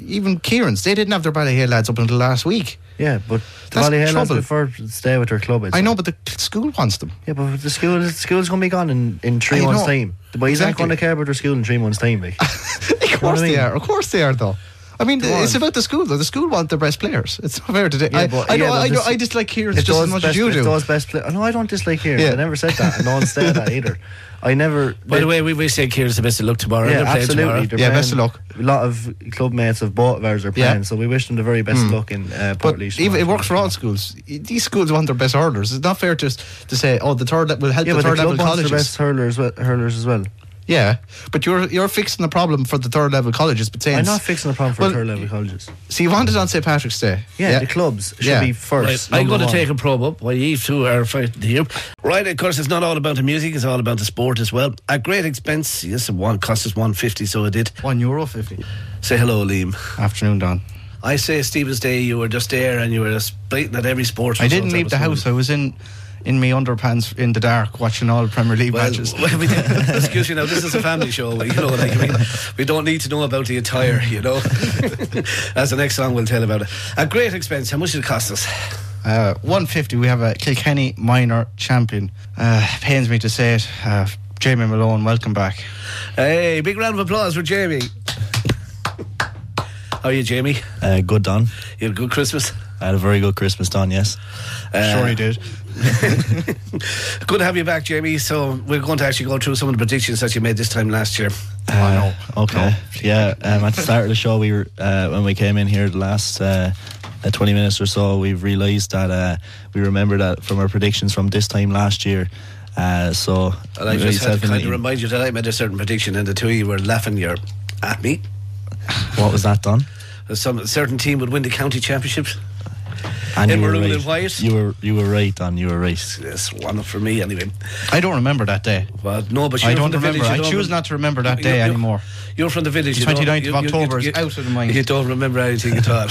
Speaker 4: Even Kieran's, they didn't have their Ballyhale lads up until last week.
Speaker 9: yeah, but the
Speaker 4: That's
Speaker 9: Valley Highlands
Speaker 4: trouble.
Speaker 9: prefer to stay with their club. I'd
Speaker 4: I
Speaker 9: say.
Speaker 4: know, but the school wants
Speaker 9: *laughs*
Speaker 4: them.
Speaker 9: Yeah, but the school the school's going to be gone in, in three
Speaker 4: I
Speaker 9: months'
Speaker 4: know.
Speaker 9: time. But he's
Speaker 4: Exactly.
Speaker 9: not going to care about their school in three months' time. Like.
Speaker 4: of course
Speaker 9: I
Speaker 4: they
Speaker 9: mean?
Speaker 4: are. Of course they are, though. I mean,
Speaker 9: Go
Speaker 4: it's
Speaker 9: on.
Speaker 4: about the school, though. The school want their best players. It's not fair to do-
Speaker 9: Yeah,
Speaker 4: I,
Speaker 9: but-
Speaker 4: I, know,
Speaker 9: yeah, but
Speaker 4: I, know,
Speaker 9: this-
Speaker 4: I dislike Kieran's
Speaker 9: If
Speaker 4: just as
Speaker 9: those
Speaker 4: much
Speaker 9: best,
Speaker 4: as you
Speaker 9: if
Speaker 4: do.
Speaker 9: those best play- no, I don't dislike here.
Speaker 4: Yeah.
Speaker 9: I never said that, and no one said
Speaker 4: *laughs*
Speaker 9: that either. I never.
Speaker 2: By the way, we wish St. Kieran's the best of luck tomorrow.
Speaker 9: yeah,
Speaker 2: They're playing
Speaker 9: absolutely.
Speaker 2: tomorrow.
Speaker 9: They're
Speaker 4: Yeah,
Speaker 9: playing-
Speaker 4: best of luck.
Speaker 9: A lot of club mates of both of ours are
Speaker 4: Yeah. Hmm.
Speaker 9: playing, so we wish them the very best of luck in uh,
Speaker 4: But
Speaker 9: Portlaoise
Speaker 4: even, it
Speaker 9: tomorrow.
Speaker 4: works for all schools. I- These schools want their best hurlers. It's not fair to s- to say, oh, the third le- will help
Speaker 9: Yeah,
Speaker 4: the
Speaker 9: but the
Speaker 4: third
Speaker 9: club
Speaker 4: level
Speaker 9: wants
Speaker 4: colleges.
Speaker 9: the best hurlers, we- hurlers as well.
Speaker 4: Yeah, but you're you're fixing the problem for the third level colleges. But saying
Speaker 9: I'm not fixing the problem for
Speaker 4: Well,
Speaker 9: third level colleges.
Speaker 4: So you want it on St Patrick's Day?
Speaker 9: Yeah, the clubs should
Speaker 4: Yeah.
Speaker 9: be
Speaker 5: Right,
Speaker 9: first.
Speaker 5: I'm going
Speaker 9: number
Speaker 5: to
Speaker 9: one.
Speaker 5: take a probe up while you two are fighting here. Right, of course, it's not all about the music; it's all about the sport as well. At great expense, yes, it one cost us one fifty, so it did.
Speaker 4: One euro fifty.
Speaker 5: Say hello, Liam.
Speaker 4: Afternoon, Don.
Speaker 5: I say Stephen's Day, you were just there and you were just biting at every sport.
Speaker 4: I didn't leave the house. I was in in my underpants in the dark watching all Premier League
Speaker 5: Well,
Speaker 4: matches.
Speaker 5: well, we did- excuse me now, this is a family show. like, You know what I mean? We don't need to know about the attire, you know. *laughs* As the next song will tell about it. At great expense, how much did it cost us?
Speaker 4: Uh, 150, we have a Kilkenny minor champion. Uh, pains me to say it. Uh, Jamie Malone, welcome back.
Speaker 5: Hey, big round of applause for Jamie. How are you, Jamie?
Speaker 2: Uh, good, Don.
Speaker 5: You had a good Christmas?
Speaker 2: I had a very good Christmas, Don, yes.
Speaker 4: sure he did.
Speaker 5: Good to have you back, Jamie. So we're going to actually go through some of the predictions that you made this time last year.
Speaker 2: Uh, Okay. Yeah. Um, at the start of the show, we were uh, when we came in here the last uh, uh, twenty minutes or so, we've realised that uh, we remember that from our predictions from this time last year. Uh, so
Speaker 5: And I
Speaker 2: really
Speaker 5: just had to kind
Speaker 2: self-enlightening.
Speaker 5: of remind you that I made a certain prediction, and the two of you were laughing your at me.
Speaker 2: what was that done?
Speaker 5: Some certain team would win the county championships.
Speaker 2: And
Speaker 5: In
Speaker 2: you were
Speaker 5: maroon
Speaker 2: right.
Speaker 5: and white?
Speaker 2: You were you were right, Don. You were right.
Speaker 5: Yes, one for me anyway.
Speaker 4: I don't remember that day.
Speaker 5: But no, but you're
Speaker 4: I don't
Speaker 5: from the
Speaker 4: remember.
Speaker 5: Village, you
Speaker 4: I
Speaker 5: don't
Speaker 4: choose
Speaker 5: remember-
Speaker 4: not to remember that day
Speaker 5: You're- you're-
Speaker 4: anymore.
Speaker 5: You're from the village. you don't-
Speaker 4: 29th of
Speaker 5: you- you-
Speaker 4: October is out
Speaker 5: *laughs*
Speaker 4: of the mind.
Speaker 5: You don't remember anything
Speaker 4: *laughs*
Speaker 5: at all,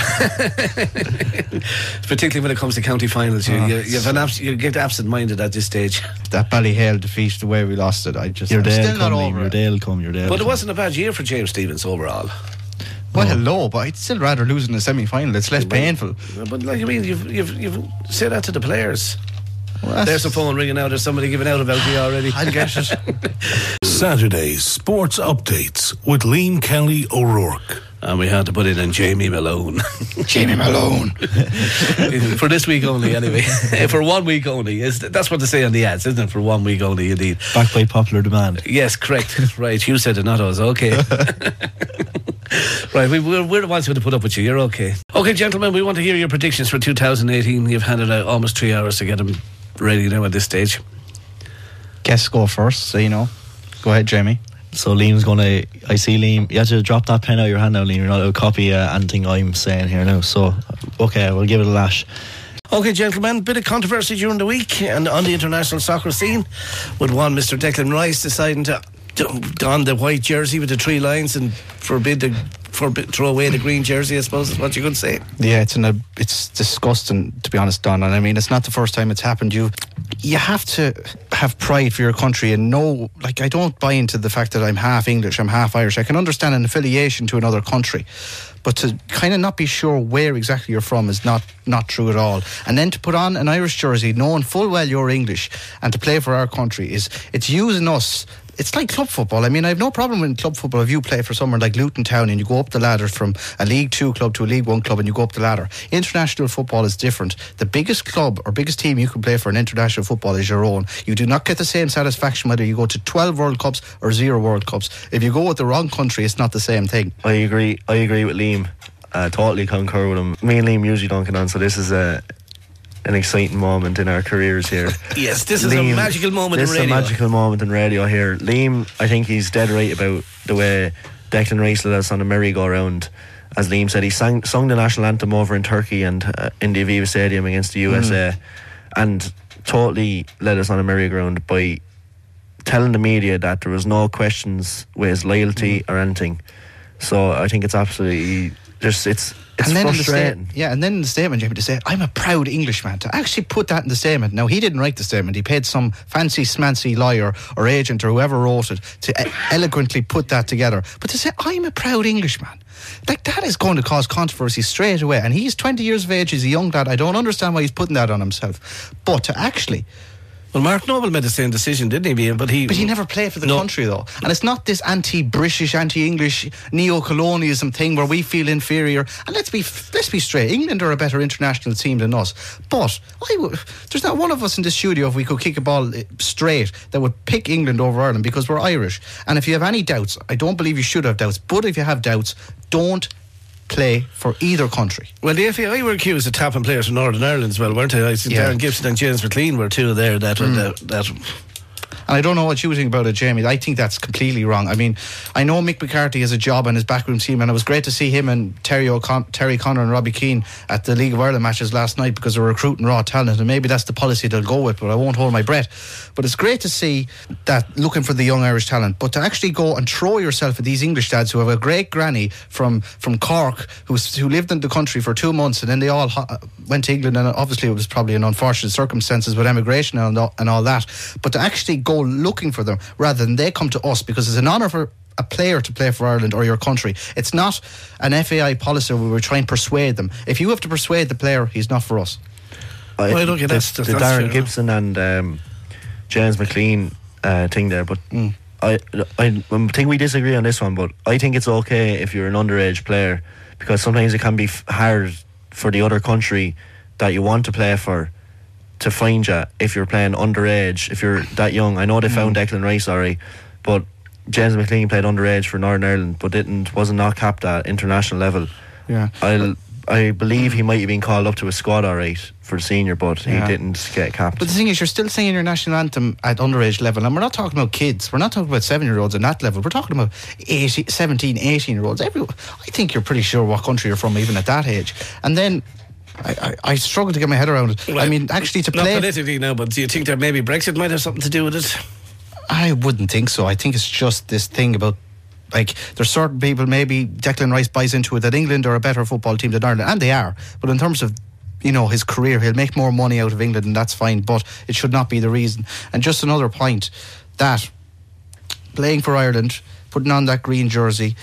Speaker 5: particularly when it comes to county finals.
Speaker 4: Ah,
Speaker 5: You, you, you've an abs- you get absent-minded at this stage.
Speaker 4: That Ballyhale defeat, the way we lost it, I just
Speaker 2: Your
Speaker 4: I'm
Speaker 2: day'll
Speaker 4: still not
Speaker 2: come. Liam,
Speaker 4: over
Speaker 2: Your
Speaker 4: it.
Speaker 2: day'll come. Your day'll
Speaker 5: But it
Speaker 2: come.
Speaker 5: wasn't a bad year for James Stevens overall.
Speaker 4: Well, hello, but I'd still rather lose in the semi final. It's less painful.
Speaker 5: But like I mean, you've you've you've said that to the players.
Speaker 4: Well, that's-
Speaker 5: There's a phone ringing now. There's somebody giving out about you already.
Speaker 4: I'll get it.
Speaker 5: *laughs*
Speaker 10: Saturday's sports updates with Liam Kelly O'Rourke.
Speaker 5: and we had to put it in Jamie Malone.
Speaker 4: *laughs* Jamie Malone.
Speaker 5: *laughs* for this week only, anyway. *laughs* for one week only. Is that's what they say on the ads, isn't it? For one week only, indeed.
Speaker 2: Back by popular demand.
Speaker 5: Yes, correct. *laughs* right, you said it, not
Speaker 4: *laughs*
Speaker 5: us. Okay. Right, we, we're, we're the ones who had to put up with you. You're okay. Okay, gentlemen, we want to hear your predictions for 2018. You've handed out almost three hours to get them ready now at this stage.
Speaker 4: Guess go first, so you know. Go ahead, Jamie.
Speaker 2: So Liam's gonna. I see Liam. You have to drop that pen out of your hand now, Liam. You're not allowed to copy uh, anything I'm saying here now. So, okay, we'll give it a lash.
Speaker 5: Okay, gentlemen, bit of controversy during the week and on the international soccer scene with one Mr. Declan Rice deciding to don- don the white jersey with the three lines and forbid the forbid, throw away the green jersey, I suppose is what you could say.
Speaker 4: Yeah, it's an ab- it's disgusting to be honest, Don. And I mean, it's not the first time it's happened. You you have to have pride for your country and know. Like, I don't buy into the fact that I'm half English, I'm half Irish. I can understand an affiliation to another country, but to kind of not be sure where exactly you're from is not not true at all. And then to put on an Irish jersey, knowing full well you're English, and to play for our country is it's using us it's like club football. I mean, I have no problem in club football if you play for somewhere like Luton Town and you go up the ladder from a League Two club to a League One club and you go up the ladder. International football is different. The biggest club or biggest team you can play for in international football is your own. You do not get the same satisfaction whether you go to 12 World Cups or zero World Cups. If you go with the wrong country, it's not the same thing.
Speaker 9: I agree. I agree with Liam. I totally concur with him. Me and Liam usually don't get on, so this is a an exciting moment in our careers
Speaker 4: *laughs*
Speaker 9: here.
Speaker 5: Yes, this is a
Speaker 9: Liam,
Speaker 5: magical moment
Speaker 9: This
Speaker 5: in
Speaker 9: is a
Speaker 5: radio.
Speaker 9: magical moment in radio here. Liam, I think he's dead right about the way Declan Rice led us on the merry-go-round. As Liam said, he sang, sung the national anthem over in Turkey and uh, in the Aviva Stadium against the USA,
Speaker 5: Mm.
Speaker 9: and totally led us on a merry-go-round by telling the media that there was no questions with his loyalty
Speaker 5: Mm.
Speaker 9: or anything. So I think it's absolutely just it's it's
Speaker 4: in the
Speaker 9: frustrating.
Speaker 4: sta- yeah, and then in the statement, Jamie, to say, I'm a proud Englishman. To actually put that in the statement. Now, he didn't write the statement. He paid some fancy, smancy lawyer or agent or whoever wrote it to e- eloquently put that together. But to say, I'm a proud Englishman, like that is going to cause controversy straight away. And he's 20 years of age, he's a young lad. I don't understand why he's putting that on himself. But to actually
Speaker 5: Well, Mark Noble made the same decision, didn't he? Ian? But he,
Speaker 4: but he never played for the
Speaker 5: No.
Speaker 4: country, though. And it's not this anti-British, anti-English, neo-colonialism thing where we feel inferior. And let's be let's be straight. England are a better international team than us. But I w- there's not one of us in the studio if we could kick a ball eh, straight that would pick England over Ireland because we're Irish. And if you have any doubts, I don't believe you should have doubts. But if you have doubts, don't play for either country.
Speaker 5: Well, the FAI were accused of tapping players from Northern Ireland as well, weren't they? I see
Speaker 4: Yeah. Hmm.
Speaker 5: Darren Gibson and James McLean were two there that were that, that.
Speaker 4: And I don't know what you think about it, Jamie. I think that's completely wrong. I mean, I know Mick McCarthy has a job on his backroom team, and it was great to see him and Terry, O'Con- Terry Connor and Robbie Keane at the League of Ireland matches last night because they're recruiting raw talent, and maybe that's the policy they'll go with, but I won't hold my breath. But it's great to see that looking for the young Irish talent, but to actually go and throw yourself at these English dads who have a great granny from, from Cork who's, who lived in the country for two months and then they all ho- went to England, and obviously it was probably an unfortunate circumstances with emigration and all, and all that. But to actually go looking for them rather than they come to us because it's an honour for a player to play for Ireland or your country. It's not an FAI policy where we're trying to persuade them. If you have to persuade the player, he's not for us.
Speaker 9: I-
Speaker 5: Well, okay,
Speaker 9: the-
Speaker 5: that's-
Speaker 9: the,
Speaker 5: that's fair
Speaker 9: Darren
Speaker 5: enough.
Speaker 9: Gibson and um, James McLean uh, thing there, but
Speaker 5: Mm.
Speaker 9: I, I um, I think we disagree on this one. But I think it's okay if you're an underage player because sometimes it can be f- hard for the other country that you want to play for to find you if you're playing underage if you're that young. I know they found
Speaker 5: Mm.
Speaker 9: Declan Rice, sorry, but James McLean played underage for Northern Ireland, but didn't wasn't not capped at international level.
Speaker 4: Yeah.
Speaker 9: I I believe he might have been called up to a squad all right for senior, but
Speaker 4: Yeah.
Speaker 9: he didn't get capped.
Speaker 4: But the thing is, you're still singing your national anthem at underage level. And we're not talking about kids. We're not talking about seven year olds at that level. We're talking about 18, 17, 18 year olds. Every, I think you're pretty sure what country you're from, even at that age. And then I, I, I struggle to get my head around it. I mean, actually, to
Speaker 5: not
Speaker 4: play.
Speaker 5: politically now, but do you think that maybe Brexit might have something to do with it?
Speaker 4: I wouldn't think so. I think it's just this thing about like there's certain people maybe Declan Rice buys into it that England are a better football team than Ireland, and they are. But in terms of you know his career, he'll make more money out of England, and that's fine. But it should not be the reason. And just another point that playing for Ireland, putting on that green jersey.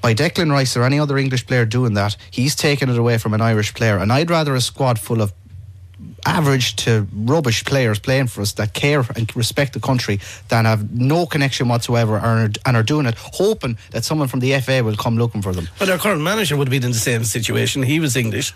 Speaker 4: by Declan Rice or any other English player doing that, he's taken it away from an Irish player. And I'd rather a squad full of average to rubbish players playing for us that care and respect the country than have no connection whatsoever and are, and are doing it hoping that someone from the FA will come looking for them.
Speaker 5: But their current manager would have been in the same situation. He was English.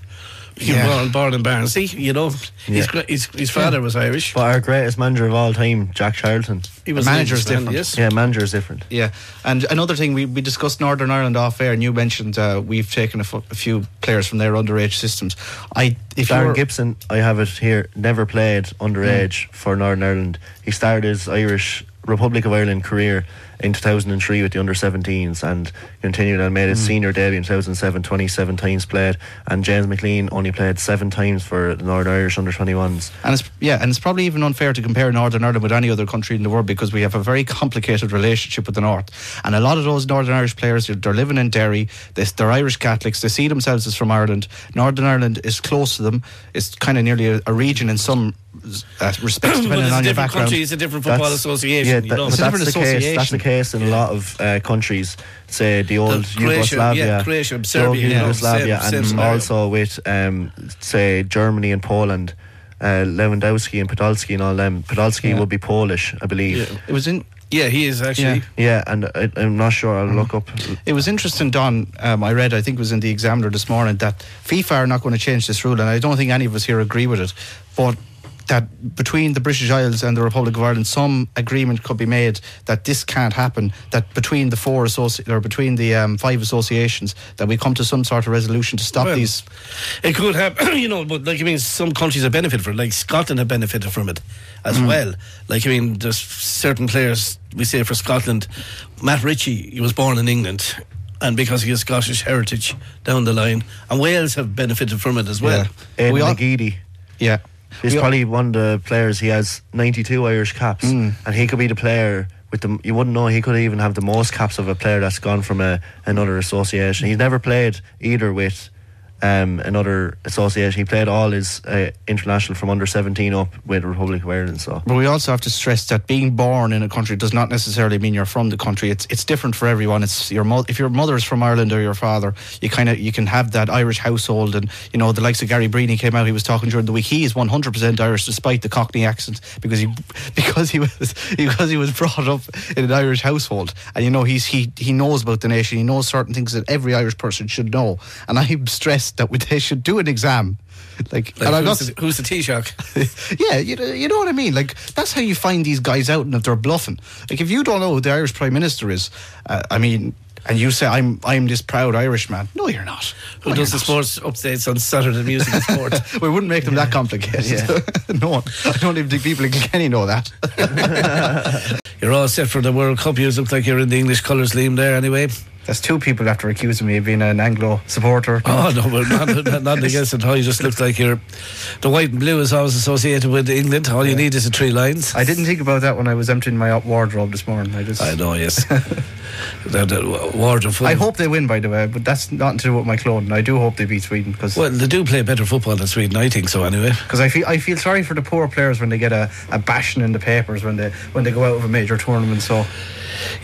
Speaker 5: He
Speaker 4: Yeah.
Speaker 5: was born, born in Barnsley, you know. His, gra- his, his father was Irish.
Speaker 9: But our greatest manager of all time, Jack Charlton.
Speaker 5: He was
Speaker 4: The manager's
Speaker 5: an
Speaker 4: different.
Speaker 5: Englishman, Yes.
Speaker 9: Yeah, manager is different.
Speaker 4: Yeah, and another thing we, we discussed Northern Ireland off air, and you mentioned uh, we've taken a fu- a few players from their underage systems. I if you
Speaker 9: Darren
Speaker 4: were- Mm.
Speaker 9: Gibson, I have it here, never played underage for Northern Ireland. He started his Irish Republic of Ireland career in 2003 with the under 17s and continued and made his
Speaker 4: Mm.
Speaker 9: senior debut in 2007, 27 times played. And James McLean only played seven times for the Northern Irish under 21s.
Speaker 4: And it's yeah, and it's probably even unfair to compare Northern Ireland with any other country in the world because we have a very complicated relationship with the North. And a lot of those Northern Irish players, they're, they're living in Derry. They, they're Irish Catholics. They see themselves as from Ireland. Northern Ireland is close to them. It's kind of nearly a, a region in some uh,
Speaker 5: *coughs*
Speaker 4: respects,
Speaker 5: but
Speaker 4: depending
Speaker 5: it's a
Speaker 4: on your
Speaker 5: different
Speaker 4: background.
Speaker 5: country, it's a different football
Speaker 9: That's-
Speaker 5: association.
Speaker 9: Yeah,
Speaker 5: you
Speaker 9: that-
Speaker 5: know.
Speaker 9: but
Speaker 4: It's a
Speaker 9: that's the
Speaker 4: different
Speaker 9: case. That's
Speaker 4: association.
Speaker 9: the case in a lot of uh, countries. Say the old
Speaker 5: Croatia, yeah,
Speaker 9: Yugoslavia,
Speaker 5: Croatia,
Speaker 9: the
Speaker 5: Serbia,
Speaker 9: old
Speaker 5: you know,
Speaker 9: Yugoslavia,
Speaker 5: same- same
Speaker 9: and
Speaker 5: scenario.
Speaker 9: also with um, say Germany and Poland. Uh, Lewandowski and Podolski and all them. Podolski would be Polish, I believe. Yeah,
Speaker 4: it was in
Speaker 5: yeah, he is actually.
Speaker 4: Yeah.
Speaker 9: and I, I'm not sure.
Speaker 5: Mm-hmm.
Speaker 9: I'll look up.
Speaker 4: It was interesting, Don. Um, I read, I think it was in the Examiner this morning, that FIFA are not going to change this rule, and I don't think any of us here agree with it. But that between the British Isles and the Republic of Ireland, some agreement could be made that this can't happen. That between the four associ- or between the um, five associations, that we come to some sort of resolution to stop
Speaker 5: Well,
Speaker 4: these.
Speaker 5: It could happen, *clears throat* you know, but like I mean, some countries have benefited from it. Like Scotland have benefited from it as well. Like I mean, there's certain players we say for Scotland. Matt Ritchie, he was born in England, and because he has Scottish heritage down the line, and Wales have benefited from it as well.
Speaker 9: Aidan
Speaker 4: We all-
Speaker 9: McGeady.
Speaker 4: uh, Yeah,
Speaker 9: He's
Speaker 4: We-
Speaker 9: probably one of the players. He has 92 Irish caps,
Speaker 4: Hmm.
Speaker 9: and he could be the player with the. You wouldn't know he could even have the most caps of a player that's gone from a, another association. He's never played either with um, another association. He played all his uh, international from under 17 up with Republic of Ireland. So
Speaker 4: But we also have to stress that being born in a country does not necessarily mean you're from the country. It's it's different for everyone. It's your mo- if your mother is from Ireland or your father, you kind of you can have that Irish household. And you know the likes of Gary Breeny came out. He was talking during the week. He is 100 percent Irish despite the Cockney accent because he *laughs* because he was because he was brought up in an Irish household. And you know he's he he knows about the nation. He knows certain things that every Irish person should know. And I'm stressed that we, they should do an exam. Like,
Speaker 5: Like,
Speaker 4: and I'm
Speaker 5: who's,
Speaker 4: not
Speaker 5: the, who's the
Speaker 4: *laughs*
Speaker 5: Taoiseach?
Speaker 4: yeah, you know, you know what I mean. Like that's how you find these guys out, and if they're bluffing, like if you don't know who the Irish Prime Minister is, uh, I mean, and you say I'm I'm this proud Irishman. No, you're not. *laughs*
Speaker 5: Who
Speaker 4: No,
Speaker 5: does the
Speaker 4: you're
Speaker 5: sports updates on Saturday Music and Sport?
Speaker 4: not. We wouldn't make them that complicated. *laughs* no one. I don't even think people in Kilkenny know that.
Speaker 5: *laughs* You're all set for the World Cup. You look like you're in the English colours, Liam. There, anyway.
Speaker 4: That's two people after accusing me of being an Anglo supporter.
Speaker 5: Oh no, well, not, not, not against it. How you just look like you're the white and blue is always associated with England. All you need is the three lines.
Speaker 4: I didn't think about that when I was emptying my wardrobe this morning. I just.
Speaker 5: I
Speaker 4: *laughs*
Speaker 5: know, yes. that, that ward of
Speaker 4: I hope they win, by the way, but that's not to do with my clothing. I do hope they beat Sweden because
Speaker 5: Well, they do play better football than Sweden. I think so, anyway.
Speaker 4: Because I feel I feel sorry for the poor players when they get a, a bashing in the papers when they when they go out of a major tournament. So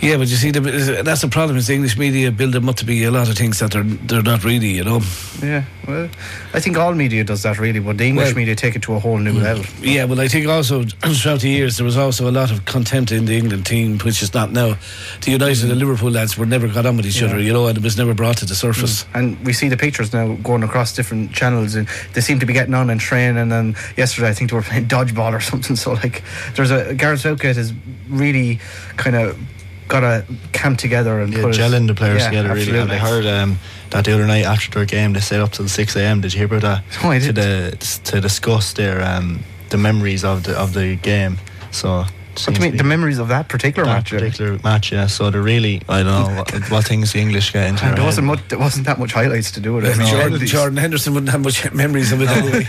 Speaker 5: Yeah, but you see, the, that's the problem. Is the English media build them up to be a lot of things that they're they're not really, you know.
Speaker 4: yeah, well, I think all media does that really, but the English
Speaker 5: Well-
Speaker 4: media take it to a whole
Speaker 11: Mm.
Speaker 4: new level.
Speaker 5: Yeah, well, I think also *clears throat* throughout the years there was also a lot of contempt in the England team, which is not now. The United and the Liverpool lads were never got on with each other, you know, and it was never brought to the surface.
Speaker 4: And we see the pictures now going across different channels, and they seem to be getting on and training. And yesterday, I think they were playing *laughs* dodgeball or something. So like, there's a Gareth Southgate has really kind of got to camp together and
Speaker 11: Yeah,
Speaker 4: put it-
Speaker 11: gelling the players
Speaker 4: Yeah,
Speaker 11: together really. And I
Speaker 4: absolutely.
Speaker 11: heard um, that the other night after their game, they stayed up till six a.m. Did you hear about that?
Speaker 4: *laughs* No, I
Speaker 11: to,
Speaker 4: didn't.
Speaker 11: the, to discuss their um, the memories of the of the game. So. it
Speaker 4: What
Speaker 11: seems
Speaker 4: do you
Speaker 11: to
Speaker 4: mean? The
Speaker 11: be
Speaker 4: memories of that particular
Speaker 11: that
Speaker 4: match. yeah.
Speaker 11: particular match, yeah. So they're really, I
Speaker 4: *laughs*
Speaker 11: don't know what, what things the English get into. their
Speaker 4: And there wasn't
Speaker 11: head.
Speaker 4: much, there wasn't that much highlights to do with it. I mean,
Speaker 5: Jordan,
Speaker 4: penalties.
Speaker 5: Jordan Henderson wouldn't have much *laughs* memories of it anyway.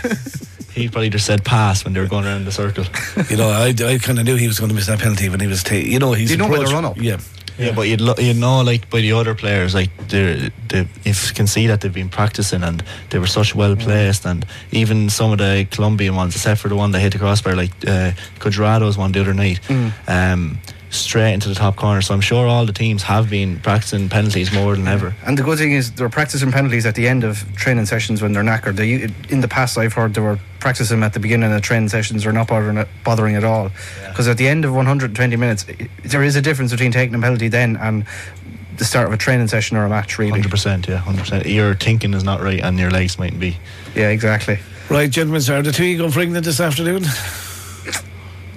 Speaker 11: He probably just said pass when they were going around the
Speaker 4: *laughs*
Speaker 11: circle.
Speaker 5: you know, I, I kind of knew he was going to miss that penalty when he was ta- you know he's
Speaker 4: You know by the
Speaker 5: approach-
Speaker 4: run-up.
Speaker 5: Yeah,
Speaker 11: Yeah, but you'd lo- you know, like by the other players, like they they if you can see that they've been practicing and they were such well placed, and even some of the
Speaker 2: Mm.
Speaker 11: Colombian ones, except for the one that hit the crossbar, like uh, Cuadrado's one the other night. Um,
Speaker 2: straight into the top corner. So I'm sure all the teams have been practicing penalties more than ever.
Speaker 4: And the good thing is they're practicing penalties at the end of training sessions when they're knackered. They, in the past, I've heard they were practicing them at the beginning of training sessions or not bothering bothering at all. Because at the end of 120 minutes, it- there is a difference between taking a penalty then and the start of a training session or a match. Really,
Speaker 2: 100%, yeah, 100%. Your thinking is not right and your legs mightn't be.
Speaker 4: Yeah, exactly.
Speaker 5: Right, gentlemen, sir, the two you going for England this afternoon?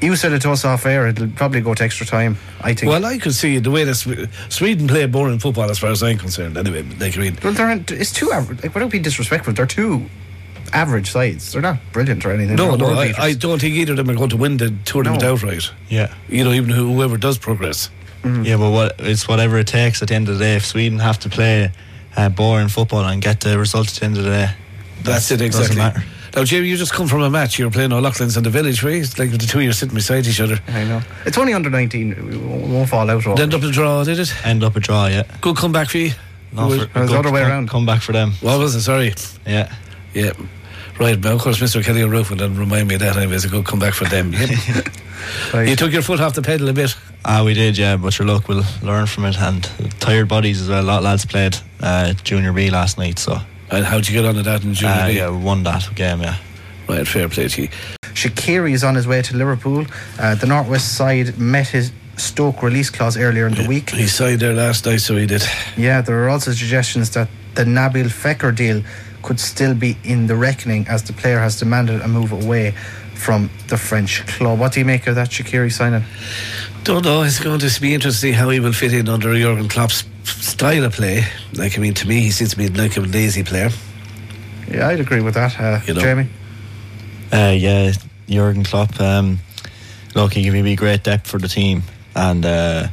Speaker 4: You said it to us off air. It'll probably go to extra time. I think.
Speaker 5: Well, I could see the way that Swe- Sweden play boring football, as far as I'm concerned. Anyway, like I mean,
Speaker 4: Well, they're not, it's too average. Like, without being disrespectful, they're two average sides. They're not brilliant or anything.
Speaker 5: no,
Speaker 4: They're
Speaker 5: no,
Speaker 4: world
Speaker 5: I,
Speaker 4: beaters.
Speaker 5: I don't think either of them are going to win the tournament
Speaker 4: No.
Speaker 5: outright.
Speaker 2: Yeah.
Speaker 5: You know, even who- whoever does progress.
Speaker 4: Mm.
Speaker 2: Yeah, but what it's whatever it takes at the end of the day. If Sweden have to play uh, boring football and get the results at the end of the day,
Speaker 5: That's it,
Speaker 2: Doesn't
Speaker 5: exactly.
Speaker 2: matter.
Speaker 5: Now, Jamie, you just come from a match. You were playing O'Loughlin's in the village, right? It's Like the two of you are sitting beside each other.
Speaker 4: I know. It's only under 19. We won't, we won't fall out.
Speaker 5: It ended up a draw, did it?
Speaker 2: End up a draw, yeah.
Speaker 5: Good comeback for you.
Speaker 2: No,
Speaker 5: Good-
Speaker 2: for- It was the good other way come- around. comeback for them.
Speaker 5: What was it? Sorry.
Speaker 2: Yeah.
Speaker 5: Yeah. Right, but of course, Mr. Kelly O'Rourke would then remind me of that anyway. It's a good comeback for them. Yep.
Speaker 2: *laughs*
Speaker 5: You took your foot off the pedal a bit.
Speaker 2: Ah, we did, yeah. But your luck, we'll learn from it. And tired bodies as well. A lot of lads played uh, Junior B last night, so.
Speaker 5: And how'd you get on to that in
Speaker 2: Junior B? Yeah, we won that game, yeah.
Speaker 5: Right, fair play to you.
Speaker 4: Shakiri is on his way to Liverpool. Uh, the Northwest side met his Stoke release clause earlier in the week.
Speaker 5: He signed there last night, so he did.
Speaker 4: Yeah, there are also suggestions that the Nabil Fekir deal could still be in the reckoning as the player has demanded a move away from the French club. What do you make of that Shakiri signing?
Speaker 5: Don't know. It's going to be interesting how he will fit in under Jurgen Klopp's style of play. Like, I mean, to me, he seems to be like a lazy player.
Speaker 4: Yeah, I'd agree with that, uh, Jamie.
Speaker 2: Uh, yeah, Jurgen Klopp. Um, look, he can be great depth for the team, and uh,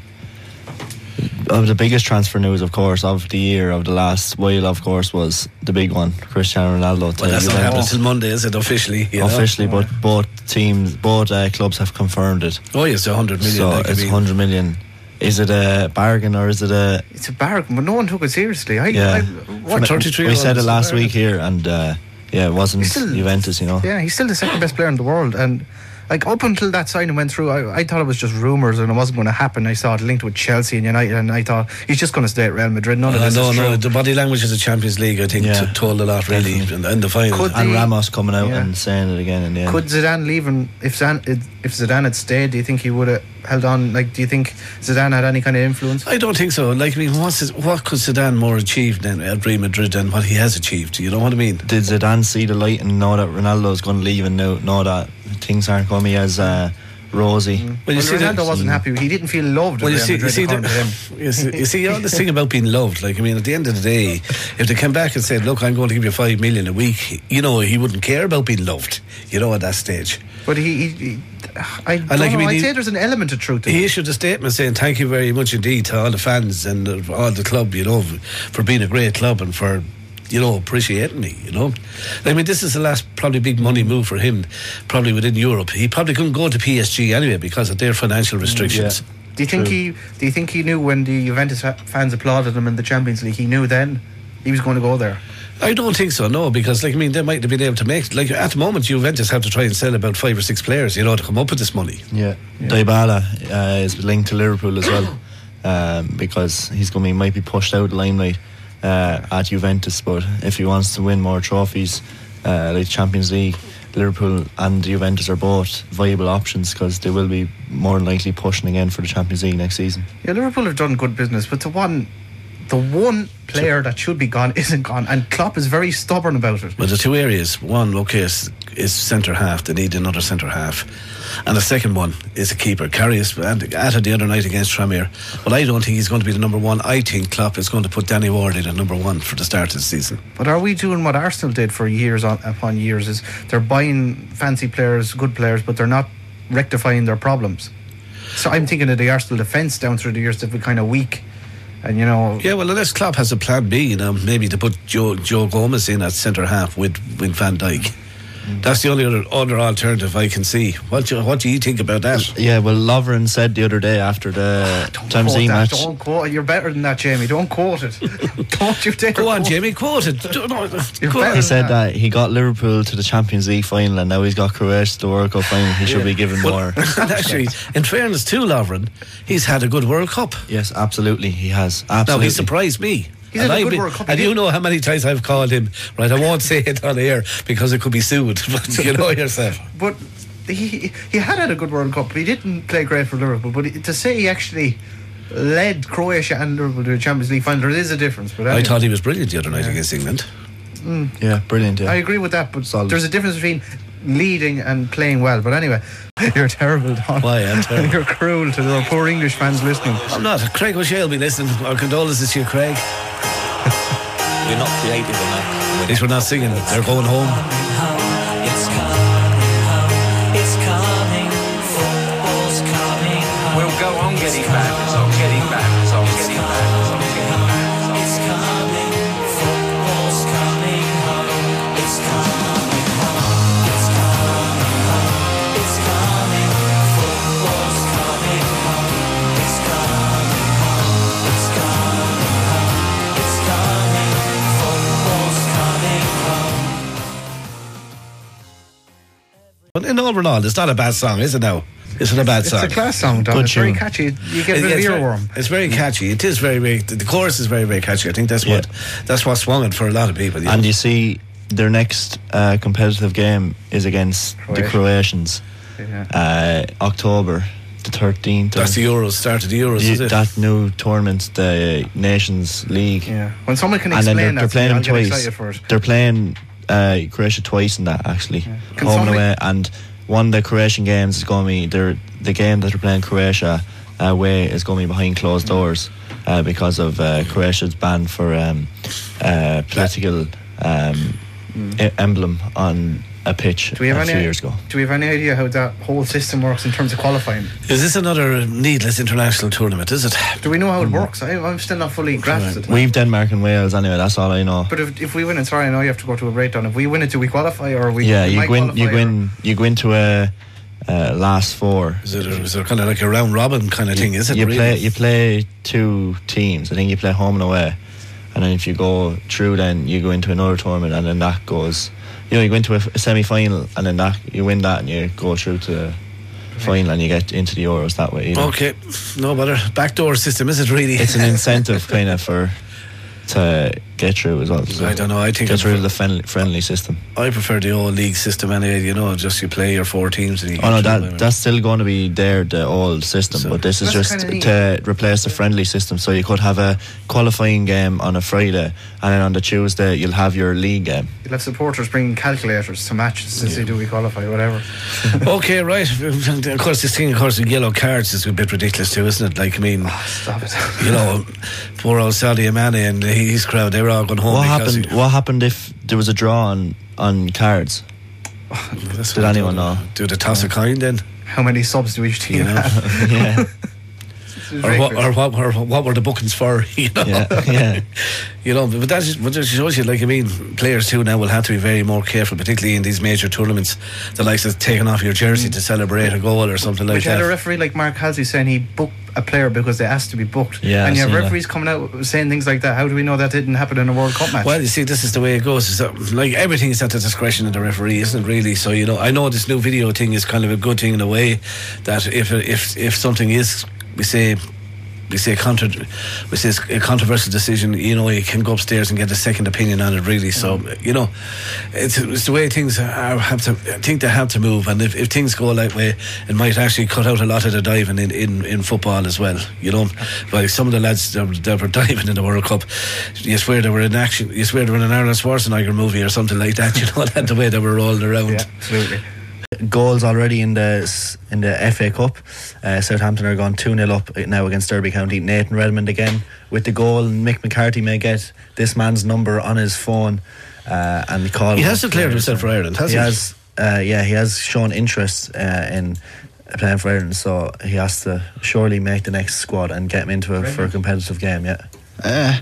Speaker 2: of the biggest transfer news, of course, of the year, of the last while, of course, was the big one, Cristiano Ronaldo. to
Speaker 5: Well, that's not
Speaker 2: Juventus.
Speaker 5: happening till Monday, is it? Officially. you know?
Speaker 2: officially, but both teams, both uh, clubs have confirmed it.
Speaker 5: Oh, yes, 100 million.
Speaker 2: So
Speaker 5: like, I
Speaker 2: it's
Speaker 5: mean-
Speaker 2: 100 million. Is it a bargain or is it a?
Speaker 4: It's a bargain, but no one took it seriously. I, I,
Speaker 2: Yeah,
Speaker 4: what,
Speaker 2: We said it last week here, and uh, yeah, it wasn't
Speaker 4: Still-
Speaker 2: Juventus, you know.
Speaker 4: Yeah, he's still the second best player in the world. And like up until that signing went through, I, I thought it was just rumours and it wasn't going to happen. I saw it linked with Chelsea and United, and I thought he's just going to stay at Real Madrid. None of
Speaker 5: Uh,
Speaker 4: this
Speaker 5: no,
Speaker 4: is
Speaker 5: no,
Speaker 4: true.
Speaker 5: the body language of the Champions League, I think,
Speaker 2: Yeah.
Speaker 5: t- told a lot, really, in, in the final.
Speaker 4: Could
Speaker 2: And
Speaker 4: they-
Speaker 2: Ramos coming out
Speaker 4: Yeah.
Speaker 2: and saying it again in the end.
Speaker 4: Could Zidane leave? And if Zidane, if Zidane had stayed, do you think he would have held on? Like, do you think Zidane had any kind of influence?
Speaker 5: I don't think so. Like, I mean, what's his, what could Zidane more achieve than at Real Madrid than what he has achieved? You know what I mean?
Speaker 2: did Zidane see the light and know that Ronaldo's going to leave and know, know that things aren't going to be as uh, rosy?
Speaker 4: Mm.
Speaker 5: Well, you see
Speaker 4: Ronaldo
Speaker 5: that-
Speaker 4: wasn't happy. He didn't feel loved.
Speaker 5: Well,
Speaker 4: at
Speaker 5: you
Speaker 4: Real
Speaker 5: see, you
Speaker 4: Madrid,
Speaker 5: see,
Speaker 4: according to him.
Speaker 5: the, *laughs* you see, you see all this thing about being loved. Like, I mean, at the end of the day, if they came back and said, "Look, I'm going to give you five million a week," you know, he wouldn't care about being loved. You know, at that stage.
Speaker 4: But he, he, he I don't
Speaker 5: like, I
Speaker 4: know.
Speaker 5: mean,
Speaker 4: I'd
Speaker 5: he-
Speaker 4: say there's an element of truth. to
Speaker 5: He
Speaker 4: it.
Speaker 5: issued a statement saying, "Thank you very much indeed to all the fans and uh, all the club, you know, for being a great club and for." You know, appreciating me, you know. I mean, this is the last probably big money move for him, probably within Europe. He probably couldn't go to PSG anyway because of their financial restrictions.
Speaker 4: Do you think he? Do you think he knew when the Juventus fa- fans applauded him in the Champions League? He knew then he was going to go there.
Speaker 5: I don't think so, no, because like I mean, they might have been able to make like at the moment Juventus have to try and sell about five or six players, you know, to come up with this money.
Speaker 2: Yeah. Dybala uh, is linked to Liverpool as well um, because he's going to be might be pushed out of the limelight uh, at Juventus. But if he wants to win more trophies, uh, like Champions League, Liverpool and Juventus are both viable options because they will be more than likely pushing again for the Champions League next season.
Speaker 4: Yeah, Liverpool have done good business, but the one, the one player that should be gone *laughs* isn't gone, and Klopp is very stubborn about it.
Speaker 5: Well, the two areas one, okay, is, is centre half. They need another centre half, and the second one is a keeper. Carrius and at it the other night against Tramier, but I don't think he's going to be the number one. I think Klopp is going to put Danny Ward in at number one for the start of the season.
Speaker 4: But are we doing what Arsenal did for years on, upon years? Is they're buying fancy players, good players, but they're not rectifying their problems. So I'm thinking of the Arsenal defence down through the years that been kind of weak, and you know,
Speaker 5: Yeah, well, unless Klopp has a plan B, you know, maybe to put Joe, Joe Gomez in at centre half with, with Van Dijk.
Speaker 12: Mm.
Speaker 5: That's the only other, other alternative I can see. What do, what do you think about that?
Speaker 9: Yeah, well, Lovren said the other day after the Times
Speaker 12: Quote
Speaker 9: E
Speaker 12: that.
Speaker 9: match.
Speaker 12: Don't quote it. You're better than that, Jamie. Don't
Speaker 5: *laughs*
Speaker 12: quote it. don't you dare.
Speaker 5: Go on,
Speaker 12: quote
Speaker 5: Jamie, quote it. Do- no,
Speaker 12: You're
Speaker 5: quote
Speaker 12: better
Speaker 5: it.
Speaker 9: He said that Uh, he got Liverpool to the Champions League final, and now he's got Croatia to the World Cup final. He should be given
Speaker 5: Well,
Speaker 9: more.
Speaker 5: *laughs* and actually, in fairness to Lovren, he's had a good World Cup.
Speaker 9: yes, absolutely, he has.
Speaker 5: Now
Speaker 9: Absolutely.
Speaker 5: he surprised me.
Speaker 12: He's
Speaker 5: and
Speaker 12: had a
Speaker 5: I've
Speaker 12: good
Speaker 5: been-
Speaker 12: World Cup,
Speaker 5: and
Speaker 12: he
Speaker 5: you
Speaker 12: did.
Speaker 5: know how many times I've called him. Right, I won't say it on air because it could be sued. *laughs* But you know yourself.
Speaker 12: but he he had had a good World Cup. He didn't play great for Liverpool, but to say he actually led Croatia and Liverpool to a Champions League final, there is a difference. But
Speaker 5: I
Speaker 12: anyway.
Speaker 5: thought he was brilliant the other night against England.
Speaker 9: yeah, brilliant. Yeah.
Speaker 12: I agree with that, but
Speaker 9: Solid.
Speaker 12: there's a difference between leading and playing well. But anyway, *laughs* you're terrible, Don.
Speaker 5: Why,
Speaker 12: *laughs*
Speaker 5: I'm terrible.
Speaker 12: you're cruel to the poor English fans listening.
Speaker 5: I'm not. Craig O'Shea will be listening. Our condolences to you,
Speaker 9: *laughs*
Speaker 5: Craig.
Speaker 13: You're not creative enough.
Speaker 5: At least we're not singing. They're going home.
Speaker 13: It's coming home. It's coming. Football's coming home. We'll go on getting back. It's on getting back. It's on getting back. It's on getting back. It's coming. Football's coming home. It's coming home. It's coming home. It's coming. Football's coming home. It's coming home. It's coming home. It's coming. Football's coming home.
Speaker 5: But in all in all, it's not a bad song, is it now? It's not a bad song.
Speaker 12: It's a class song, Don.
Speaker 9: Good
Speaker 12: It's very
Speaker 9: tune.
Speaker 12: catchy. You get a
Speaker 5: It-
Speaker 12: bit of
Speaker 5: it's, very,
Speaker 12: earworm.
Speaker 5: it's very catchy. It is very, very. The the chorus is very, very catchy. I think that's what that's what swung it for a lot of people. you
Speaker 9: And
Speaker 5: know.
Speaker 9: you see, their next uh, competitive game is against
Speaker 12: Croatia.
Speaker 9: the Croatians,
Speaker 12: Yeah.
Speaker 9: uh, October the thirteenth.
Speaker 5: that's the Euros. Start of the Euros, is it?
Speaker 9: that new tournament, the Nations League.
Speaker 12: Yeah. When someone can
Speaker 9: and then
Speaker 12: explain
Speaker 9: they're,
Speaker 12: that
Speaker 9: they're playing
Speaker 12: to me, I'll
Speaker 9: them
Speaker 12: get
Speaker 9: twice.
Speaker 12: excited for it.
Speaker 9: They're playing uh, Croatia twice in that actually,
Speaker 12: Can
Speaker 9: home and
Speaker 12: somebody-
Speaker 9: away. And one of the Croatian games is going to be they're, the game that they're playing Croatia uh, away is going to be behind closed
Speaker 12: Mm.
Speaker 9: doors uh, because of uh, Croatia's ban for um, uh, political um, e- emblem on a pitch
Speaker 12: Mm. Do we have
Speaker 9: a
Speaker 12: any?
Speaker 9: few years ago.
Speaker 12: Do we have any idea how that whole system works in terms of qualifying?
Speaker 5: Is this another needless international tournament? Is it?
Speaker 12: Do we know how it
Speaker 9: Mm.
Speaker 12: works? I, I'm still not fully grasped it.
Speaker 9: We've Denmark and Wales anyway. That's all I know.
Speaker 12: But if, if we win it, sorry, I know you have to go to a breakdown. If we win it, do we qualify or are we?
Speaker 9: yeah,
Speaker 12: we
Speaker 9: you
Speaker 12: might
Speaker 9: go in, you
Speaker 12: qualify
Speaker 9: go
Speaker 12: or-
Speaker 9: in, you go into a uh, last four.
Speaker 5: Is it, is it kind of like a round robin kind of thing? Is it?
Speaker 9: you
Speaker 5: really?
Speaker 9: play you play two teams. I think you play home and away, and then if you go through, then you go into another tournament, and then that goes. You know, you go into a, semi final, and then that you win that, and you go through to the final, and you get into the Euros that way. you know.
Speaker 5: Okay, no better backdoor system. Is it really? *laughs*
Speaker 9: It's an incentive kind of for to get through as well. So
Speaker 5: I don't know. I think
Speaker 9: get
Speaker 5: it's-
Speaker 9: through to the friendly, friendly system.
Speaker 5: I prefer the old league system anyway. You know, just you play your four teams. And you
Speaker 9: Oh no,
Speaker 5: get through
Speaker 9: that
Speaker 5: them.
Speaker 9: that's still going to be there, the old system.
Speaker 5: So-
Speaker 9: but this is
Speaker 12: That's
Speaker 9: just
Speaker 12: kinda neat.
Speaker 9: to replace the friendly system. So you could have a qualifying game on a Friday, and then on the Tuesday you'll have your league game.
Speaker 12: You'll have supporters bringing calculators to matches to see do we qualify, whatever.
Speaker 5: okay, right. *laughs* Of course, this thing, of course, with yellow cards is a bit ridiculous too, isn't it? Like, I mean,
Speaker 12: Stop it.
Speaker 5: you know, poor old Saudi Mane and his crowd, they were all going home.
Speaker 9: what
Speaker 5: because
Speaker 9: happened?
Speaker 5: he-
Speaker 9: What happened if there was a draw on on cards?
Speaker 5: That's
Speaker 9: Did
Speaker 5: what I
Speaker 9: anyone
Speaker 5: thought.
Speaker 9: know?
Speaker 5: Do the toss a coin then?
Speaker 12: How many subs do each team
Speaker 5: You know?
Speaker 9: *laughs*
Speaker 12: have?
Speaker 9: yeah,
Speaker 12: It's
Speaker 5: or, what,
Speaker 12: ridiculous.
Speaker 5: or what, or what were the bookings for? *laughs* You know?
Speaker 9: yeah,
Speaker 5: *laughs*
Speaker 9: yeah.
Speaker 5: You know, but that, just, but that shows you, like, I mean, players too now will have to be very more careful, particularly in these major tournaments. The likes of taking off your jersey
Speaker 9: Mm.
Speaker 5: to celebrate a goal or something like
Speaker 12: Which
Speaker 5: that.
Speaker 12: had a referee like Mark Halsey saying he booked a player because they asked to be booked.
Speaker 9: Yeah,
Speaker 12: and
Speaker 9: I
Speaker 12: you have
Speaker 9: seen that.
Speaker 12: referees coming out saying things like that. How do we know that didn't happen in a World Cup match?
Speaker 5: Well, you see, this is the way it goes. Is that, like everything is at the discretion of the referee, isn't it? Really. So you know, I know this new video thing is kind of a good thing in a way that if if if something is, we say. We say, contra- we say it's a controversial decision, you know, you can go upstairs and get a second opinion on it, really. So, you know, it's, it's the way things are, have to, I think they have to move. And if, if things go that way, it might actually cut out a lot of the diving in, in, in football as well, you know. Like some of the lads that, were- that were *laughs* diving in the World Cup, you swear they were in action, you swear they were in an Arnold Schwarzenegger movie or something like that, *laughs* you know, that the way they were rolling around.
Speaker 12: yeah, absolutely.
Speaker 2: Goals already in the s- in the FA Cup. Uh, Southampton are gone two 0 up now against Derby County. Nathan Redmond again with the goal. and Mick McCarthy may get this man's number on his phone uh, and call.
Speaker 5: He
Speaker 2: him
Speaker 5: has
Speaker 2: up.
Speaker 5: declared himself for Ireland, has
Speaker 2: he
Speaker 5: he?
Speaker 2: has, uh, yeah, he has shown interest uh, in playing for Ireland, so he has to surely make the next squad and get him into a, for a competitive game. Yeah,
Speaker 4: Uh,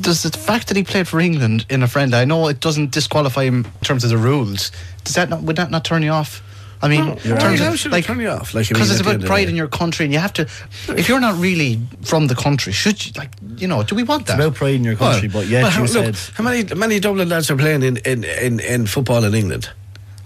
Speaker 4: does the fact that he played for England in a friendly, I know it doesn't disqualify him in terms of the rules. Does that not would that not turn you off? I mean,
Speaker 5: No,
Speaker 4: in
Speaker 5: why-
Speaker 4: terms
Speaker 5: how
Speaker 4: of,
Speaker 5: should it
Speaker 4: like,
Speaker 5: turn you off? Like, I mean,
Speaker 4: because
Speaker 5: at
Speaker 4: it's
Speaker 5: the end
Speaker 4: about
Speaker 5: of the
Speaker 4: pride
Speaker 5: day.
Speaker 4: in your country, and you have to. If you're not really from the country, should you like you know? Do we want
Speaker 5: It's
Speaker 4: that?
Speaker 5: about
Speaker 9: pride in your
Speaker 5: Well, well, how, look, how many many Dublin lads are playing in, in, in, in football in England?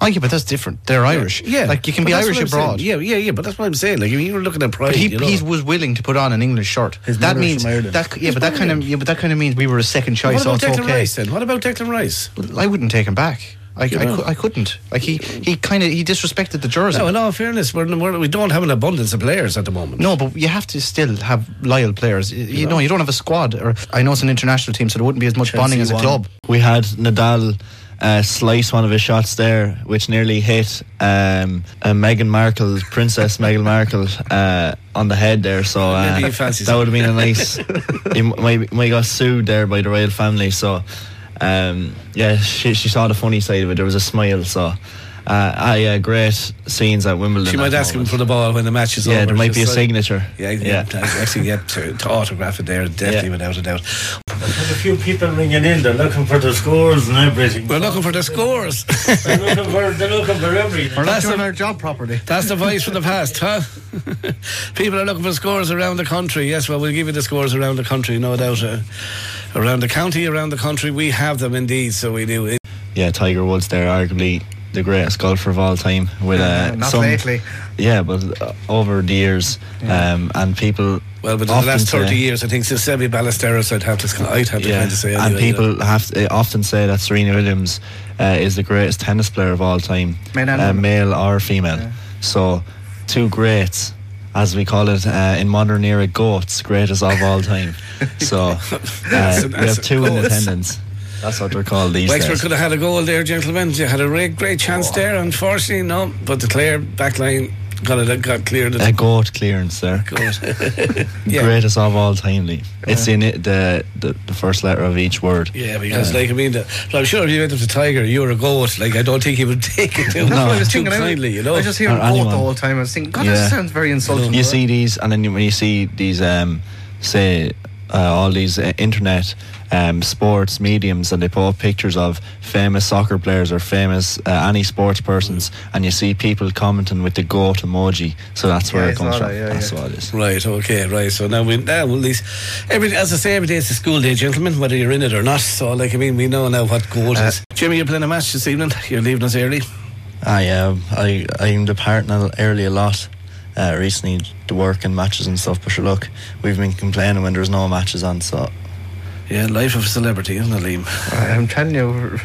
Speaker 4: Oh yeah, but that's different. They're Irish.
Speaker 5: Yeah,
Speaker 4: Like, you can
Speaker 5: but
Speaker 4: be
Speaker 5: that's
Speaker 4: Irish
Speaker 5: what I'm saying.
Speaker 4: abroad.
Speaker 5: Yeah, yeah, yeah. But that's what I'm saying. Like I mean, you were looking at pride.
Speaker 4: But he,
Speaker 5: you know.
Speaker 4: he was willing to put on an English shirt. that
Speaker 5: mother is
Speaker 4: means
Speaker 5: from Ireland.
Speaker 4: that yeah,
Speaker 5: He's
Speaker 4: but that kind of
Speaker 5: brilliant.
Speaker 4: yeah, but that kind of means we were a second choice.
Speaker 5: What about
Speaker 4: so it's
Speaker 5: Declan
Speaker 4: okay.
Speaker 5: Rice then? What about Declan Rice?
Speaker 4: I wouldn't take him back. I, I,
Speaker 5: You know.
Speaker 4: cou- I couldn't. Like he, he kind of he disrespected the jersey.
Speaker 5: No, in all fairness, we're, we're, we don't have an abundance of players at the moment.
Speaker 4: No, but you have to still have loyal players. Y- You, know, you don't have a squad. Or I know it's an international team, so there wouldn't be as much bonding as a
Speaker 2: won.
Speaker 4: club.
Speaker 2: We had Nadal uh, slice one of his shots there, which nearly hit um, uh, Meghan Markle, Princess *laughs* Meghan Markle, uh, on the head there. So uh,
Speaker 5: Maybe he fancies
Speaker 2: that
Speaker 5: it.
Speaker 2: would have been a
Speaker 5: *laughs*
Speaker 2: nice. he m- might, might got sued there by the royal family. So um, yeah, she, she saw the funny side of it. There was a smile. So. Uh, ah, yeah, great scenes at Wimbledon.
Speaker 5: She
Speaker 2: at
Speaker 5: might
Speaker 2: the
Speaker 5: ask him
Speaker 2: moment.
Speaker 5: for the ball when the match is
Speaker 2: Yeah,
Speaker 5: over.
Speaker 2: there might
Speaker 5: Just
Speaker 2: be a
Speaker 5: like-
Speaker 2: signature.
Speaker 5: Yeah,
Speaker 2: Yeah.
Speaker 5: yeah. Actually, yeah, to, to autograph it there, definitely, without a doubt.
Speaker 14: There's a few people ringing in. They're looking for the scores and everything.
Speaker 5: We're looking for the scores.
Speaker 14: they're, looking for, they're looking for everything.
Speaker 5: We're not doing
Speaker 4: our job properly.
Speaker 5: *laughs* That's the voice from the past, huh? *laughs* People are looking for scores around the country. Yes, well, we'll give you the scores around the country, no doubt. Uh, around the county, around the country, we have them indeed, so we do.
Speaker 2: yeah, Tiger Woods there, arguably the greatest golfer of all time. With uh,
Speaker 5: Not
Speaker 2: some,
Speaker 5: lately.
Speaker 2: Yeah, but uh, over the years, um, and people.
Speaker 5: Well, but in the
Speaker 2: often
Speaker 5: last 30
Speaker 2: say-
Speaker 5: years, I think since Semi Ballesteros, I'd have to, I'd have to
Speaker 2: Yeah,
Speaker 5: kind of say.
Speaker 2: and
Speaker 5: anyway, you know.
Speaker 2: people have to, often say that Serena Williams uh, is the greatest tennis player of all time,
Speaker 4: Male and
Speaker 2: uh,
Speaker 4: women.
Speaker 2: male or female. So, two greats, as we call it uh, in modern era, goats, greatest of all
Speaker 5: *laughs*
Speaker 2: time. so, uh,
Speaker 5: That's a-
Speaker 2: we
Speaker 5: that's
Speaker 2: have
Speaker 5: a-
Speaker 2: two in
Speaker 5: goats.
Speaker 2: attendance. That's what they're called these
Speaker 5: Wexford
Speaker 2: days. Oh.
Speaker 5: could have had a goal there, gentlemen. You had a great, great chance there. Unfortunately, no. But the clear back line got it, got cleared.
Speaker 2: A goat clearance there.
Speaker 5: Yeah.
Speaker 2: Greatest of all time, Lee. It's in it, the, the the first letter of each word.
Speaker 5: Yeah, because like I mean, the, but I'm sure if you went up to Tiger, you were a goat. Like I don't think he would *laughs* take it too,
Speaker 4: That's what I was
Speaker 5: too
Speaker 4: thinking. I-
Speaker 5: kindly, you know.
Speaker 4: I was just hearing
Speaker 2: Or
Speaker 4: goat the
Speaker 2: anyone.
Speaker 4: whole time. I was thinking, God,
Speaker 2: Yeah.
Speaker 4: that sounds very insulting.
Speaker 2: You see these, and then you- when you see these, um, say uh, all these uh, internet um, sports mediums, and they put up pictures of famous soccer players or famous uh, any sports persons,
Speaker 5: Mm.
Speaker 2: and you see people commenting with the goat emoji. So that's where
Speaker 5: Yeah, I
Speaker 2: it comes
Speaker 5: saw
Speaker 2: from.
Speaker 5: that, yeah,
Speaker 2: that's
Speaker 5: yeah.
Speaker 2: what it is.
Speaker 5: Right, okay, right. So now we now well, these every as I say, every day is a school day, gentlemen, whether you're in it or not. So like I mean, we know now what goal
Speaker 2: Uh,
Speaker 5: is. Jimmy, you're playing a match this evening. You're leaving us early.
Speaker 2: I um, I I'm departing a little early a lot. Uh, recently, the work and matches and stuff. But sure, look, we've been complaining when there's no matches on. So
Speaker 5: Yeah, life of a celebrity, isn't it, Liam?
Speaker 4: I'm telling you,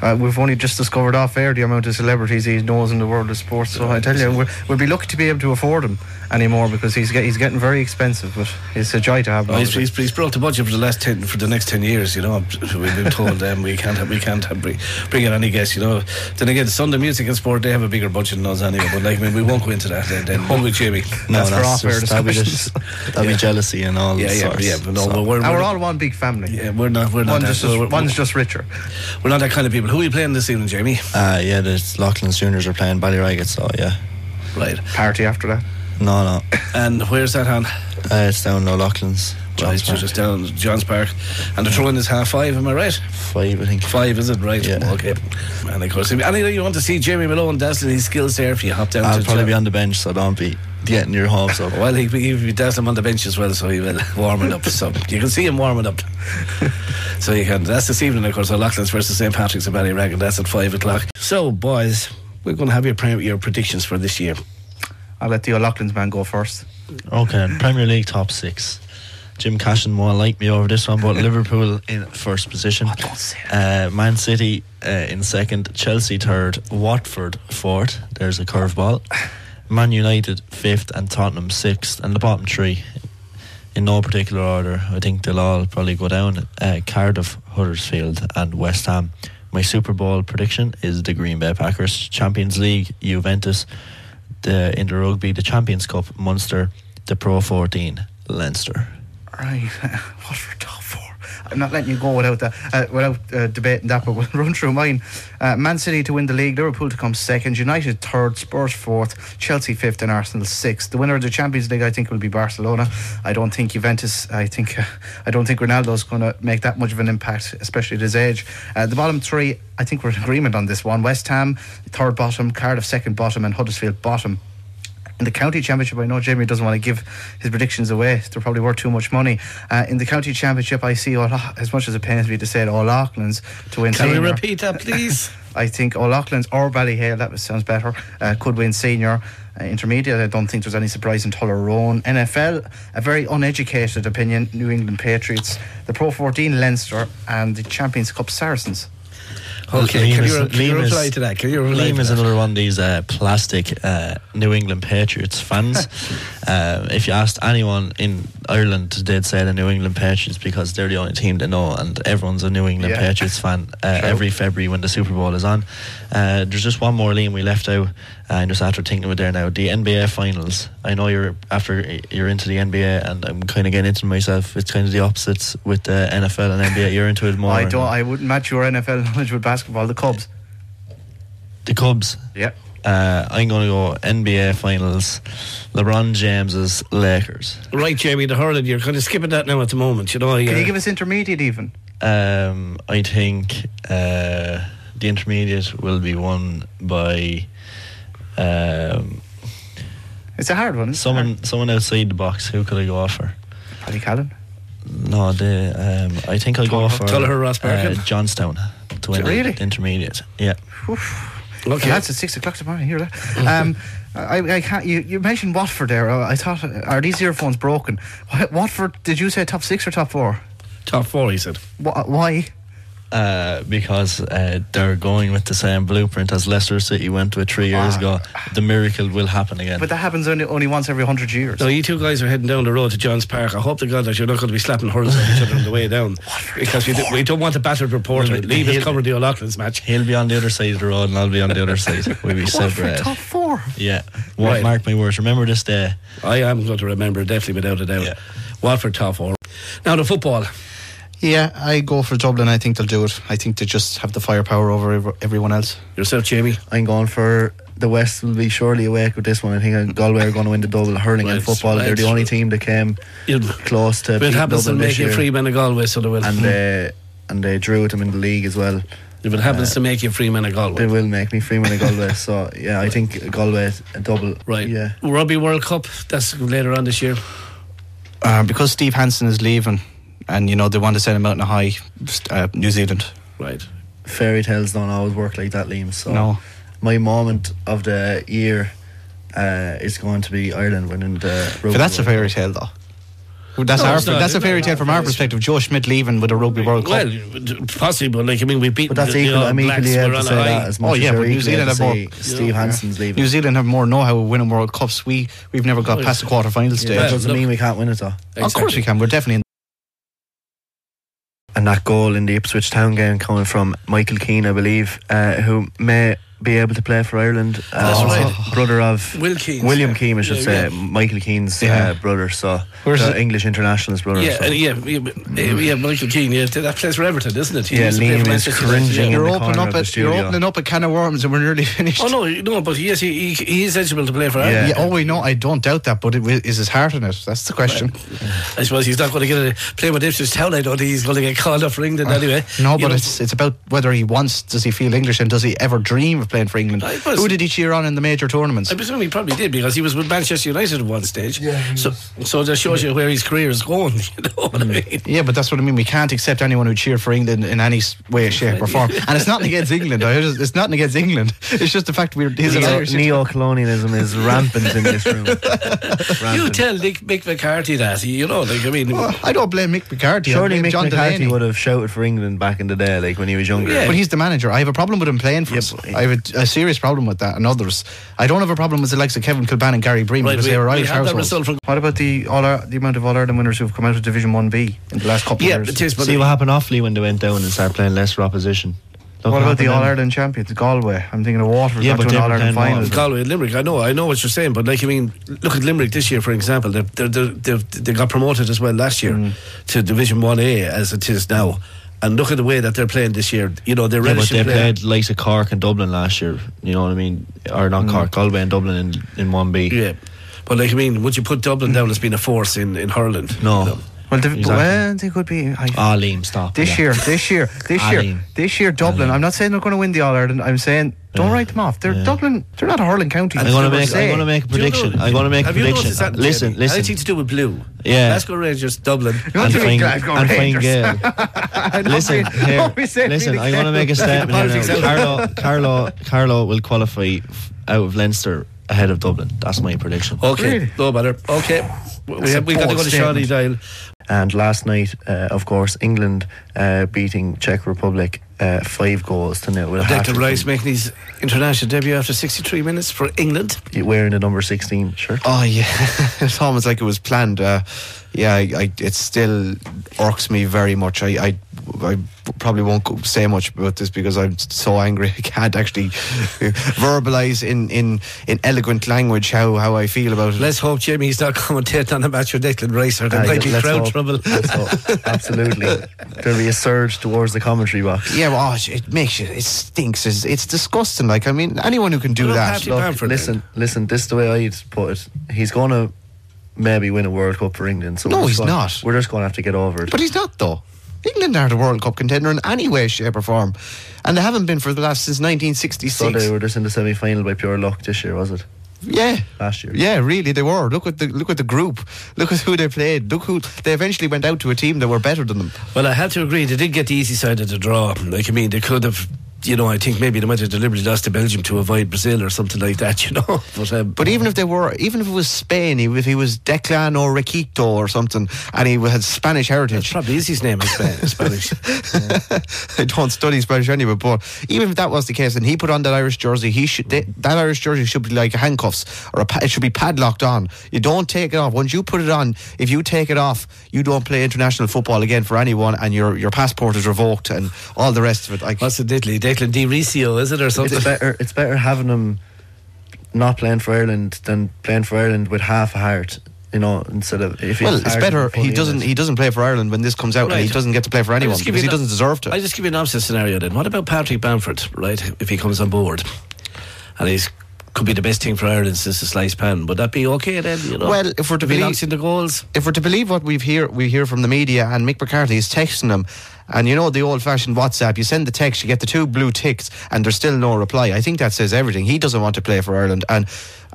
Speaker 4: uh, we've only just discovered off air the amount of celebrities he knows in the world of sports.
Speaker 12: Oh,
Speaker 4: So I tell you, we're, we'll be lucky to be able to afford him anymore because he's get, he's getting very expensive. But it's a joy to have him.
Speaker 5: Well, Oh, he's,
Speaker 4: obviously.
Speaker 5: he's, he's brought the budget for the last ten for the next ten years. You know, we've been told um, we can't have, we can't have bring, bring in any guests. You know, then again, Sunday Music and Sport they have a bigger budget than us anyway. But like, I mean, we won't go into that. Then, then won't we, Jamie?
Speaker 2: No, That's for that's off-air just- that'd be discussions.
Speaker 5: *laughs*
Speaker 2: that'd be
Speaker 5: Yeah.
Speaker 2: jealousy and all.
Speaker 5: Yeah, yeah,
Speaker 2: sorts.
Speaker 5: yeah. But no,
Speaker 2: So-
Speaker 5: we're, we're,
Speaker 4: And we're all one big family.
Speaker 5: yeah, we're not. We're not.
Speaker 4: One's
Speaker 5: that-
Speaker 4: just-
Speaker 5: we're- we're-
Speaker 4: one's just richer.
Speaker 5: We're not that kind of people. Who are you playing this evening, Jamie?
Speaker 2: Uh, yeah, the Loughlin's juniors are playing Ballyraggett, so yeah.
Speaker 5: Right.
Speaker 4: Party after that?
Speaker 2: No, no.
Speaker 5: And where's that on?
Speaker 2: Uh, it's down no Loughlin's.
Speaker 5: Right, so just down at John's Park, and the throw-in is half five. Am I right?
Speaker 2: Five, I think.
Speaker 5: Five is it right? Okay. And of course, if anything you want to see Jamie Malone dazzling his skills there, if you hop down,
Speaker 2: I'll
Speaker 5: to
Speaker 2: probably
Speaker 5: John-
Speaker 2: be on the bench, so don't be getting your hopes up.
Speaker 5: Well, he, he, he does him on the bench as well, so he will *laughs* warming up. So you can see him
Speaker 2: *laughs*
Speaker 5: warming up. so you can. That's this evening, of course, Loughlin's versus St Patrick's and Ballyrag, and that's at five o'clock. So, boys, we're going to have your pre- your predictions for this year.
Speaker 4: I'll let the O'Loughlin's man go first.
Speaker 2: Okay, Premier League top six. Jim Cashin won't like me over this one, but Liverpool in first position. Uh, Man City uh, in second, Chelsea third, Watford fourth. There's a curveball. Man United fifth and Tottenham sixth, and the bottom three in no particular order. I think they'll all probably go down. Uh, Cardiff, Huddersfield, and West Ham. My Super Bowl prediction is the Green Bay Packers. Champions League, Juventus. The in the rugby, the Champions Cup, Munster. The Pro 14, Leinster.
Speaker 4: *laughs* Right. Watford top four. I'm not letting you go without that, uh, without uh, debating that. But *laughs* we'll run through mine. Uh, Man City to win the league, Liverpool to come second, United third, Spurs fourth, Chelsea fifth, and Arsenal sixth. The winner of the Champions League, I think, will be Barcelona. I don't think Juventus. I think *laughs* uh, I don't think Ronaldo's going to make that much of an impact, especially at his age. Uh, the bottom three, I think we're in agreement on this one. West Ham third bottom, Cardiff second bottom, and Huddersfield bottom in the county championship, I know Jamie doesn't want to give his predictions away. They're probably worth too much money. Uh, in the county championship, I see all, as much as it pains me to say it, all Auckland's to win.
Speaker 5: Can we
Speaker 4: senior.
Speaker 5: repeat
Speaker 2: *laughs*
Speaker 5: that, please?
Speaker 4: I think all Auckland's or Ballyhale, that sounds better, uh, could win senior. Uh, intermediate, I don't think there's any surprise in Tullerone. NFL, a very uneducated opinion, New England Patriots, the Pro 14 Leinster, and the Champions Cup Saracens.
Speaker 5: Okay,
Speaker 2: Liam
Speaker 5: can you,
Speaker 2: is-
Speaker 5: re- can you
Speaker 2: Liam is-
Speaker 5: reply to that? Can you reply
Speaker 2: Liam
Speaker 5: to
Speaker 2: is
Speaker 5: that?
Speaker 2: another one of these uh, plastic uh, New England Patriots
Speaker 5: *laughs*
Speaker 2: fans. um, if you asked anyone in Ireland, they'd say the New England Patriots because they're the only team they know, and everyone's a New England
Speaker 11: Yeah.
Speaker 2: Patriots fan
Speaker 5: *laughs*
Speaker 2: uh, every February when the Super Bowl is on. Uh, there's just one more Liam we left out, uh, and just after thinking of it there now, the NBA Finals. I know you're after you're into the NBA, and I'm kind of getting into myself. It's kind of the opposites with the NFL and NBA. You're into it more.
Speaker 4: I don't. I wouldn't match your NFL *laughs* knowledge with basketball. The Cubs.
Speaker 2: The Cubs.
Speaker 4: Yep.
Speaker 2: Uh, I'm going to go NBA Finals. LeBron James's Lakers.
Speaker 5: Right, Jamie, the hurling, you're kind of skipping that now at the moment. You know,
Speaker 4: Can you give us intermediate even?
Speaker 2: Um, I think uh, the intermediate will be won by um,
Speaker 4: It's a hard one.
Speaker 2: Someone, someone outside the box. Who could I go for?
Speaker 4: Paddy Callan.
Speaker 2: No, the um, I think I'll go
Speaker 5: Tull-
Speaker 2: for
Speaker 5: Tullaher Ross Birkin.
Speaker 2: Johnstown to win
Speaker 4: Really?
Speaker 2: the intermediate. Yeah.
Speaker 5: Okay.
Speaker 4: that's at six o'clock tomorrow. Hear that? Um, *laughs* I, I can't. You, you mentioned Watford there. Uh, I thought are these earphones broken? Wha- Watford? Did you say top six or top four?
Speaker 5: Top four, he said.
Speaker 4: Wha- Why?
Speaker 2: Uh, because uh, they're going with the same blueprint as Leicester City went with three years ago. The miracle will happen again.
Speaker 4: But that happens only only once every hundred years.
Speaker 5: No, you two guys are heading down the road to John's Park. I hope to God that you're not going to be slapping hurls at each other on the way down. Because we, do, we don't want a battered reporter.
Speaker 2: Well,
Speaker 5: Leave us
Speaker 2: he'll-
Speaker 5: covering the O'Loughlin's match.
Speaker 2: He'll be on the other side of the road and I'll be on the other side. We'll be
Speaker 4: Watford
Speaker 2: separate.
Speaker 4: top four.
Speaker 2: Yeah. Well,
Speaker 5: Right.
Speaker 2: Mark my words. Remember this day.
Speaker 5: I am going to remember, definitely, without a doubt. Watford top four. Now, the football.
Speaker 4: Yeah, I go for Dublin. I think they'll do it. I think they just have the firepower over ev- everyone else.
Speaker 5: Yourself, Jamie.
Speaker 9: I'm going for the West will be surely awake with this one. I think Galway are going to win the double hurling and
Speaker 5: Right,
Speaker 9: football. They're the
Speaker 5: right.
Speaker 9: only team that came
Speaker 5: You'll-
Speaker 9: close to
Speaker 5: But it
Speaker 9: beating
Speaker 5: happens to
Speaker 9: Dublin
Speaker 5: make
Speaker 9: this
Speaker 5: you
Speaker 9: year.
Speaker 5: free men of Galway, so they will.
Speaker 9: and uh, they and they drew with them in the league as well.
Speaker 5: if it happens to make you free men of Galway.
Speaker 9: uh, They will make me free man
Speaker 2: *laughs*
Speaker 9: of Galway. so yeah, I think Galway a double.
Speaker 5: Right.
Speaker 9: Yeah.
Speaker 5: Rugby World Cup, that's later on this year.
Speaker 4: Uh, because Steve Hansen is leaving, and you know they want to send him out in a high. Uh, New Zealand.
Speaker 5: Right.
Speaker 9: Fairy tales don't always work like that, Liam. So
Speaker 4: No.
Speaker 9: my moment of the year uh, is going to be Ireland winning the.
Speaker 4: But
Speaker 9: Rugby
Speaker 4: that's a
Speaker 9: World
Speaker 4: fairy tale, though. Well, That's
Speaker 5: No,
Speaker 4: our,
Speaker 5: it's not.
Speaker 4: that's a
Speaker 5: It's
Speaker 4: fairy
Speaker 5: not.
Speaker 4: tale from our perspective. Joe Schmidt leaving with a Rugby World Cup.
Speaker 5: Well, possible. Like, I mean, we beat
Speaker 9: But that's
Speaker 5: the,
Speaker 9: equal.
Speaker 5: the All
Speaker 9: I'm
Speaker 5: Blacks.
Speaker 9: equally
Speaker 5: We're
Speaker 9: able to
Speaker 5: on
Speaker 9: say
Speaker 5: a
Speaker 9: that
Speaker 5: high.
Speaker 9: as much
Speaker 4: Oh
Speaker 9: as
Speaker 4: yeah,
Speaker 9: you're
Speaker 4: but New
Speaker 9: equally
Speaker 4: Zealand
Speaker 9: able
Speaker 4: have
Speaker 9: to
Speaker 4: more.
Speaker 9: say Steve Hansen's leaving.
Speaker 4: New Zealand have more know-how of winning World Cups. We we've never got
Speaker 5: Oh,
Speaker 4: past the quarterfinal stage.
Speaker 9: That doesn't
Speaker 5: look-
Speaker 9: mean we can't win it though.
Speaker 4: Of course we
Speaker 5: Exactly.
Speaker 4: can. We're definitely in.
Speaker 9: and that goal in the Ipswich Town game coming from Michael Keane, I believe, uh, who may be able to play for Ireland. Uh,
Speaker 5: That's
Speaker 4: right.
Speaker 9: Brother of
Speaker 5: Will Keane,
Speaker 9: William
Speaker 5: yeah.
Speaker 9: Keane, I should
Speaker 5: Yeah,
Speaker 9: say.
Speaker 5: yeah.
Speaker 9: Michael Keane's
Speaker 4: Yeah.
Speaker 9: uh, brother, so
Speaker 4: Where's
Speaker 9: the
Speaker 4: it?
Speaker 9: English international's brother.
Speaker 5: Yeah,
Speaker 9: so.
Speaker 5: uh, yeah, yeah, but, uh, yeah, Michael Keane. Yeah, that plays for Everton, isn't it? He
Speaker 9: Yeah,
Speaker 5: used to play
Speaker 9: Liam
Speaker 5: for
Speaker 9: is
Speaker 5: Manchester United,
Speaker 9: cringing.
Speaker 5: yeah.
Speaker 9: In
Speaker 4: You're
Speaker 9: the corner
Speaker 4: opening
Speaker 9: of
Speaker 4: up
Speaker 9: the
Speaker 4: a, you're
Speaker 9: studio.
Speaker 4: opening up a can of worms, and we're nearly *laughs* finished.
Speaker 5: Oh no, no, but yes, he, he he is eligible to play for
Speaker 4: Yeah.
Speaker 5: Ireland.
Speaker 4: oh, we know. I don't doubt that, but it, wi- is his heart in it? That's the question.
Speaker 5: I suppose he's not going to get a play with Ipswich Town. I don't think he's going to get called up for England anyway.
Speaker 4: No,
Speaker 5: You
Speaker 4: but
Speaker 5: know,
Speaker 4: it's it's about whether he wants. Does he feel English, and does he ever dream of playing for England?
Speaker 5: I was-
Speaker 4: Who did he cheer on in the major tournaments?
Speaker 5: I presume he probably did because he was with Manchester United at one stage. Yeah. So, so that shows you where his career is going. *laughs* You know what I mean?
Speaker 4: Yeah, but that's what I mean. We can't accept anyone who cheered for England in any s- way, shape, or form. And it's nothing against England. I just- It's nothing against England. It's just the fact we're his
Speaker 9: Neo-
Speaker 4: Irish.
Speaker 9: neo-colonialism is rampant in this room. Rampant.
Speaker 5: You tell Nick Mick McCarthy that. You know, like I mean,
Speaker 4: Well, I don't blame Mick McCarthy. I
Speaker 9: Surely
Speaker 4: blame
Speaker 9: Mick
Speaker 4: John
Speaker 9: McCarthy
Speaker 4: Delaney.
Speaker 9: would have shouted for England back in the day, like when he was younger.
Speaker 5: Yeah.
Speaker 4: But he's the manager. I have a problem with him playing for us. I have a, a serious problem with that and others. I don't have a problem with the likes of Kevin Kilban and Gary Bream
Speaker 5: Right,
Speaker 4: because
Speaker 5: we-
Speaker 4: they were
Speaker 5: we
Speaker 4: Irish
Speaker 5: have that
Speaker 4: households.
Speaker 5: result from-
Speaker 4: What about the all Ar- the amount of All Ireland winners who've come out of Division One B in the last couple
Speaker 5: yeah,
Speaker 4: of years?
Speaker 5: it is. But
Speaker 2: See what happened awfully when they went down and started playing lesser opposition. Look
Speaker 4: what about the
Speaker 2: happening.
Speaker 4: All Ireland champions, Galway? I'm thinking of Waterford got to an All Ireland final.
Speaker 5: Galway, Limerick. I know, I know what you're saying, but like, I mean, look at Limerick this year, for example. They they they they got promoted as well last year
Speaker 2: Mm.
Speaker 5: to Division One A as it is now, and look at the way that they're playing this year. You know, they're
Speaker 2: Yeah, but
Speaker 5: relishing
Speaker 2: they
Speaker 5: playing.
Speaker 2: played likes of Cork and Dublin last year. You know what I mean? Or not
Speaker 5: Mm.
Speaker 2: Cork, Galway and Dublin in, in one B.
Speaker 5: Yeah, but like, I mean, would you put
Speaker 2: Mm.
Speaker 5: Dublin down as being a force in in Hurling? No.
Speaker 4: Well, the, well, they could be. I,
Speaker 2: Ah, Liam, stop.
Speaker 4: This year, this year, this year,
Speaker 2: Aline.
Speaker 4: this year, Dublin. I'm not saying they're going to win the All Ireland. I'm saying don't write them off. They're Dublin. They're not a Hurling county.
Speaker 2: I'm
Speaker 4: It's
Speaker 2: gonna
Speaker 4: never
Speaker 2: make- I'm
Speaker 4: say.
Speaker 2: gonna make a
Speaker 4: Do you
Speaker 2: prediction.
Speaker 4: know-
Speaker 2: I'm gonna make a
Speaker 4: Have you
Speaker 2: prediction.
Speaker 4: noticed that,
Speaker 2: Listen,
Speaker 4: Jamie?
Speaker 2: listen.
Speaker 5: Anything to do with blue?
Speaker 2: Yeah.
Speaker 5: Glasgow Rangers, Dublin,
Speaker 2: And Fine- and Fine
Speaker 9: *laughs*
Speaker 2: Gael. Listen, here, listen. I'm going to make a statement here now.
Speaker 9: *laughs*
Speaker 2: Carlo, Carlo, Carlo will qualify f- out of Leinster ahead of Dublin. That's my prediction.
Speaker 5: Okay, no matter. Okay, we
Speaker 9: That's
Speaker 5: have,
Speaker 9: a
Speaker 5: we got to
Speaker 9: bold
Speaker 5: go to Shawnee
Speaker 9: statement.
Speaker 5: Dial.
Speaker 9: And last night, uh, of course, England uh, beating Czech Republic uh, five goals to nil. With a
Speaker 5: Declan
Speaker 9: hat-trick
Speaker 5: Rice making his international debut after 63 minutes for England.
Speaker 9: from- wearing the number sixteen shirt.
Speaker 4: Oh yeah, *laughs* it's almost like it was planned. Uh, yeah, I, I, it still irks me very much. I, I, I probably won't go- say much about this because I'm so angry. *laughs* I can't actually verbalize in, in, in eloquent language how, how I feel about it.
Speaker 5: Let's hope Jamie's not *laughs* commentating on the match with Declan Rice or there
Speaker 9: Ah,
Speaker 5: might
Speaker 9: yeah,
Speaker 5: be
Speaker 9: let's
Speaker 5: crowd
Speaker 9: hope.
Speaker 5: trouble.
Speaker 4: *laughs*
Speaker 9: Absolutely, there'll be a surge towards the commentary box.
Speaker 4: Yeah, well, oh, it- it makes you, it stinks. It's, it's disgusting. Like, I mean, anyone who can do that.
Speaker 9: Look, listen, listen. This is the way I'd put it. He's going to maybe win a World Cup for England. So
Speaker 4: No,
Speaker 9: we're just
Speaker 4: he's
Speaker 9: gonna-
Speaker 4: not.
Speaker 9: We're just going to have to get over it.
Speaker 4: But he's not, though. England aren't a World Cup contender in any way, shape, or form. And they haven't been for the last since 1966.
Speaker 9: so they were just in the semi-final by pure luck this year, was it?
Speaker 4: Yeah.
Speaker 9: Last year.
Speaker 4: Yeah, really, they were. Look at the look at the group. Look at who they played. Look who they eventually went out to a team that were better than them.
Speaker 5: Well, I had to agree, they did get the easy side of the draw. Like, I mean, they could have, you know, I think maybe they might have deliberately lost to Belgium to avoid Brazil or something like that, *laughs* you know. But, um,
Speaker 4: But even if they were, even if it was Spain, if he was Declan or Requito or something, and he had Spanish heritage,
Speaker 5: probably is his name
Speaker 4: *laughs*
Speaker 5: in Spanish.
Speaker 4: I don't study Spanish anyway, but even if that was the case, and he put on that Irish jersey, he should they, that Irish jersey should be like handcuffs or a, pa- it should be padlocked on. You don't take it off. Once you put it on, if you take it off, you don't play international football again for anyone, and your your passport is revoked and all the rest of it. Like
Speaker 5: what's it, Italy? Declan Di Riccio, is it, or something?
Speaker 9: It's better. It's better having him not playing for Ireland than playing for Ireland with half a heart. You know, instead of if he's
Speaker 4: well, it's
Speaker 9: hard
Speaker 4: better
Speaker 9: and funny
Speaker 4: he
Speaker 9: in
Speaker 4: doesn't
Speaker 9: it.
Speaker 4: he doesn't play for Ireland when this comes out, and he
Speaker 5: Right.
Speaker 4: doesn't get to play for
Speaker 5: I'll
Speaker 4: anyone
Speaker 5: just give
Speaker 4: because he
Speaker 5: you an-
Speaker 4: doesn't deserve to.
Speaker 5: I'll just give you an opposite scenario then. What about Patrick Bamford, right? If he comes on board and he's could be the best thing for Ireland since the sliced pan. Would that be okay then? You know?
Speaker 4: Well, if we're to
Speaker 5: If he
Speaker 4: belie-
Speaker 5: knocks in the goals.
Speaker 4: if we're to believe what we've hear we hear from the media and Mick McCarthy is texting them and you know the old fashioned WhatsApp, you send the text, you get the two blue ticks and there's still no reply. I think that says everything. He doesn't want to play for Ireland and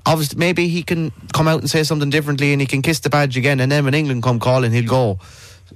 Speaker 4: obviously maybe he can come out and say something differently and he can kiss the badge again and then when England come calling he'll go.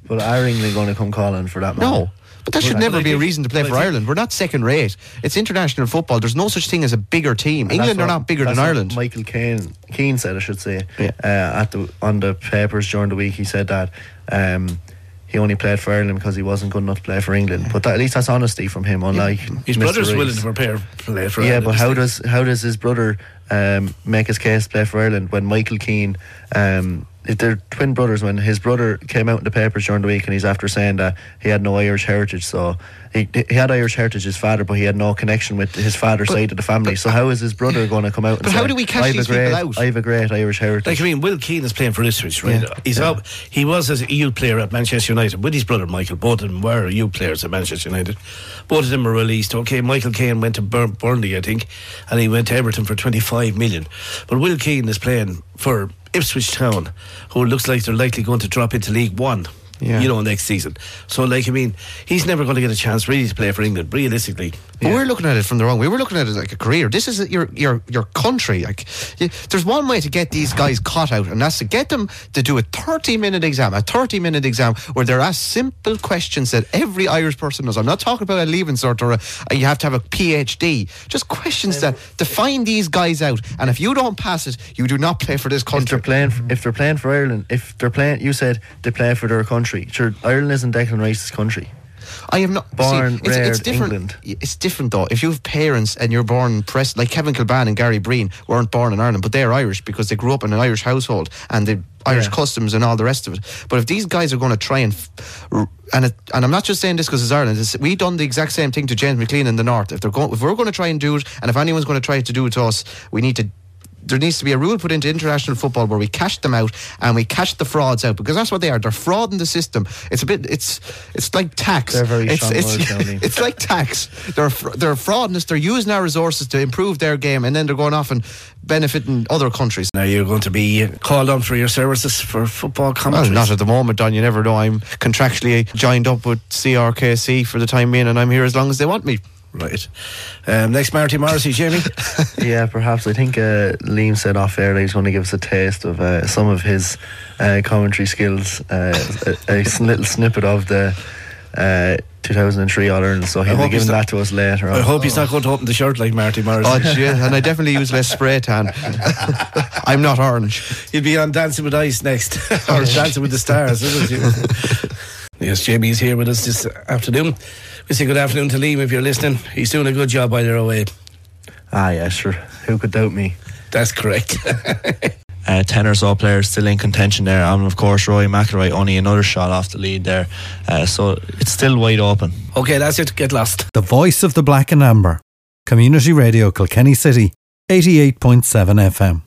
Speaker 9: But are England going to come calling for that?
Speaker 4: e- No. But that
Speaker 9: Well,
Speaker 4: should
Speaker 9: I-
Speaker 4: never
Speaker 9: I
Speaker 4: be a
Speaker 9: think-
Speaker 4: reason to play
Speaker 9: well, I
Speaker 4: for
Speaker 9: think-
Speaker 4: Ireland. We're not second rate. It's international football. There's no such thing as a bigger team.
Speaker 9: And that's
Speaker 4: England are
Speaker 9: what-
Speaker 4: not bigger than
Speaker 9: that's what
Speaker 4: Ireland.
Speaker 9: Michael Caine, Keane said, I should say, uh, at the on the papers during the week, he said that um, he only played for Ireland because he wasn't good enough to play for England. But that, at least that's honesty from him. Unlike
Speaker 5: His
Speaker 9: Mr.
Speaker 5: brother's
Speaker 9: Reeves.
Speaker 5: willing to prepare play for
Speaker 9: yeah,
Speaker 5: Ireland.
Speaker 9: but how does how does his brother um, make his case to play for Ireland when Michael Keane, um, if they're twin brothers, when his brother came out in the papers during the week and he's after saying that he had no Irish heritage, so he, he had Irish heritage his father, but he had no connection with his father's side of the family. So how is
Speaker 2: *laughs*
Speaker 9: his brother going to come out? And
Speaker 4: But
Speaker 9: say,
Speaker 4: how do we catch
Speaker 9: "I have a
Speaker 4: these people
Speaker 9: great-
Speaker 4: out?"
Speaker 9: I have a great Irish heritage.
Speaker 5: Like I mean, Will Keane is playing for Ipswich, right?
Speaker 9: Yeah.
Speaker 5: He's up. He was as a youth player at Manchester United with his brother Michael. Both of them were youth players at Manchester United. Both of them were released. Okay, Michael Keane went to Bur- Burnley, I think, and he went to Everton for twenty-five million. But Will Keane is playing for Ipswich Town, who looks like they're likely going to drop into League One.
Speaker 4: Yeah.
Speaker 5: You know, next season. So, like, I mean, he's never going to get a chance really to play for England, realistically.
Speaker 4: But we're looking at it from the wrong way. We're looking at it like a career. This is your your your country. Like, y- there's one way to get these guys caught out, and that's to get them to do a 30 minute exam, a 30 minute exam where they're asked simple questions that every Irish person knows. I'm not talking about a leaving cert or a, a- uh, you have to have a PhD. Just questions that define these guys out. And if you don't pass it, you do not play for this country.
Speaker 9: If they're playing, f- if they're playing for Ireland, if they're playing, you said they play for their country. Sure, Ireland isn't Declan Rice's country.
Speaker 4: I have not
Speaker 2: Born,
Speaker 4: see, it's, it's
Speaker 2: reared
Speaker 4: different.
Speaker 2: England.
Speaker 4: It's different though. If you have parents and you're born in Preston, like Kevin Kilbane and Gary Breen weren't born in Ireland, but they're Irish because they grew up in an Irish household and the Irish customs and all the rest of it. But if these guys are going to try and f- r- and it, and I'm not just saying this because it's Ireland. It's, we done the exact same thing to James McLean in the north. If they're going, if we're going to try and do it, and if anyone's going to try to do it to us, we need to there needs to be a rule put into international football where we cash them out and we cash the frauds out because that's what they are. They're frauding the system. It's a bit. It's it's like tax.
Speaker 2: They're very
Speaker 4: it's,
Speaker 2: strong words,
Speaker 4: it's,
Speaker 2: Tony.
Speaker 4: *laughs* it's like tax. They're fr- they're frauding us. They're using our resources to improve their game and then they're going off and benefiting other countries.
Speaker 5: Now you're going to be called on for your services for football
Speaker 4: Well,
Speaker 5: commentary.
Speaker 4: not at the moment, Don. You never know. I'm contractually joined up with CRKC for the time being, and I'm here as long as they want me.
Speaker 5: Right. Um, next, Marty Morrissey,
Speaker 4: *laughs*
Speaker 5: Jamie.
Speaker 2: yeah, perhaps. I think uh, Liam said off air that he was going to give us a taste of uh, some of his uh, commentary skills, uh, a, a s- little snippet of the uh, 2003 All Ireland. So he'll be
Speaker 5: hope he's
Speaker 2: giving
Speaker 5: not-
Speaker 2: that to us later on.
Speaker 5: I hope he's not going to open the shirt like Marty Morrissey.
Speaker 4: Oh, gee, and I definitely use less spray tan. *laughs* I'm not
Speaker 5: *laughs*
Speaker 4: orange.
Speaker 5: You'll be on Dancing with Ice next, *laughs* or Dancing with the Stars, isn't
Speaker 4: *laughs*
Speaker 5: it? yes, Jamie's here with us this afternoon. We say good afternoon to Liam if you're listening. He's doing a good job either way.
Speaker 2: Ah, yeah, sure. Who could doubt me?
Speaker 5: That's correct. *laughs*
Speaker 15: uh, 10 or so players still in contention there. And of course, Roy McIlroy only another shot off the lead there. Uh, so it's still wide open.
Speaker 5: okay, that's it. Get lost.
Speaker 12: The voice of the black and amber. Community Radio Kilkenny City, 88.7 FM.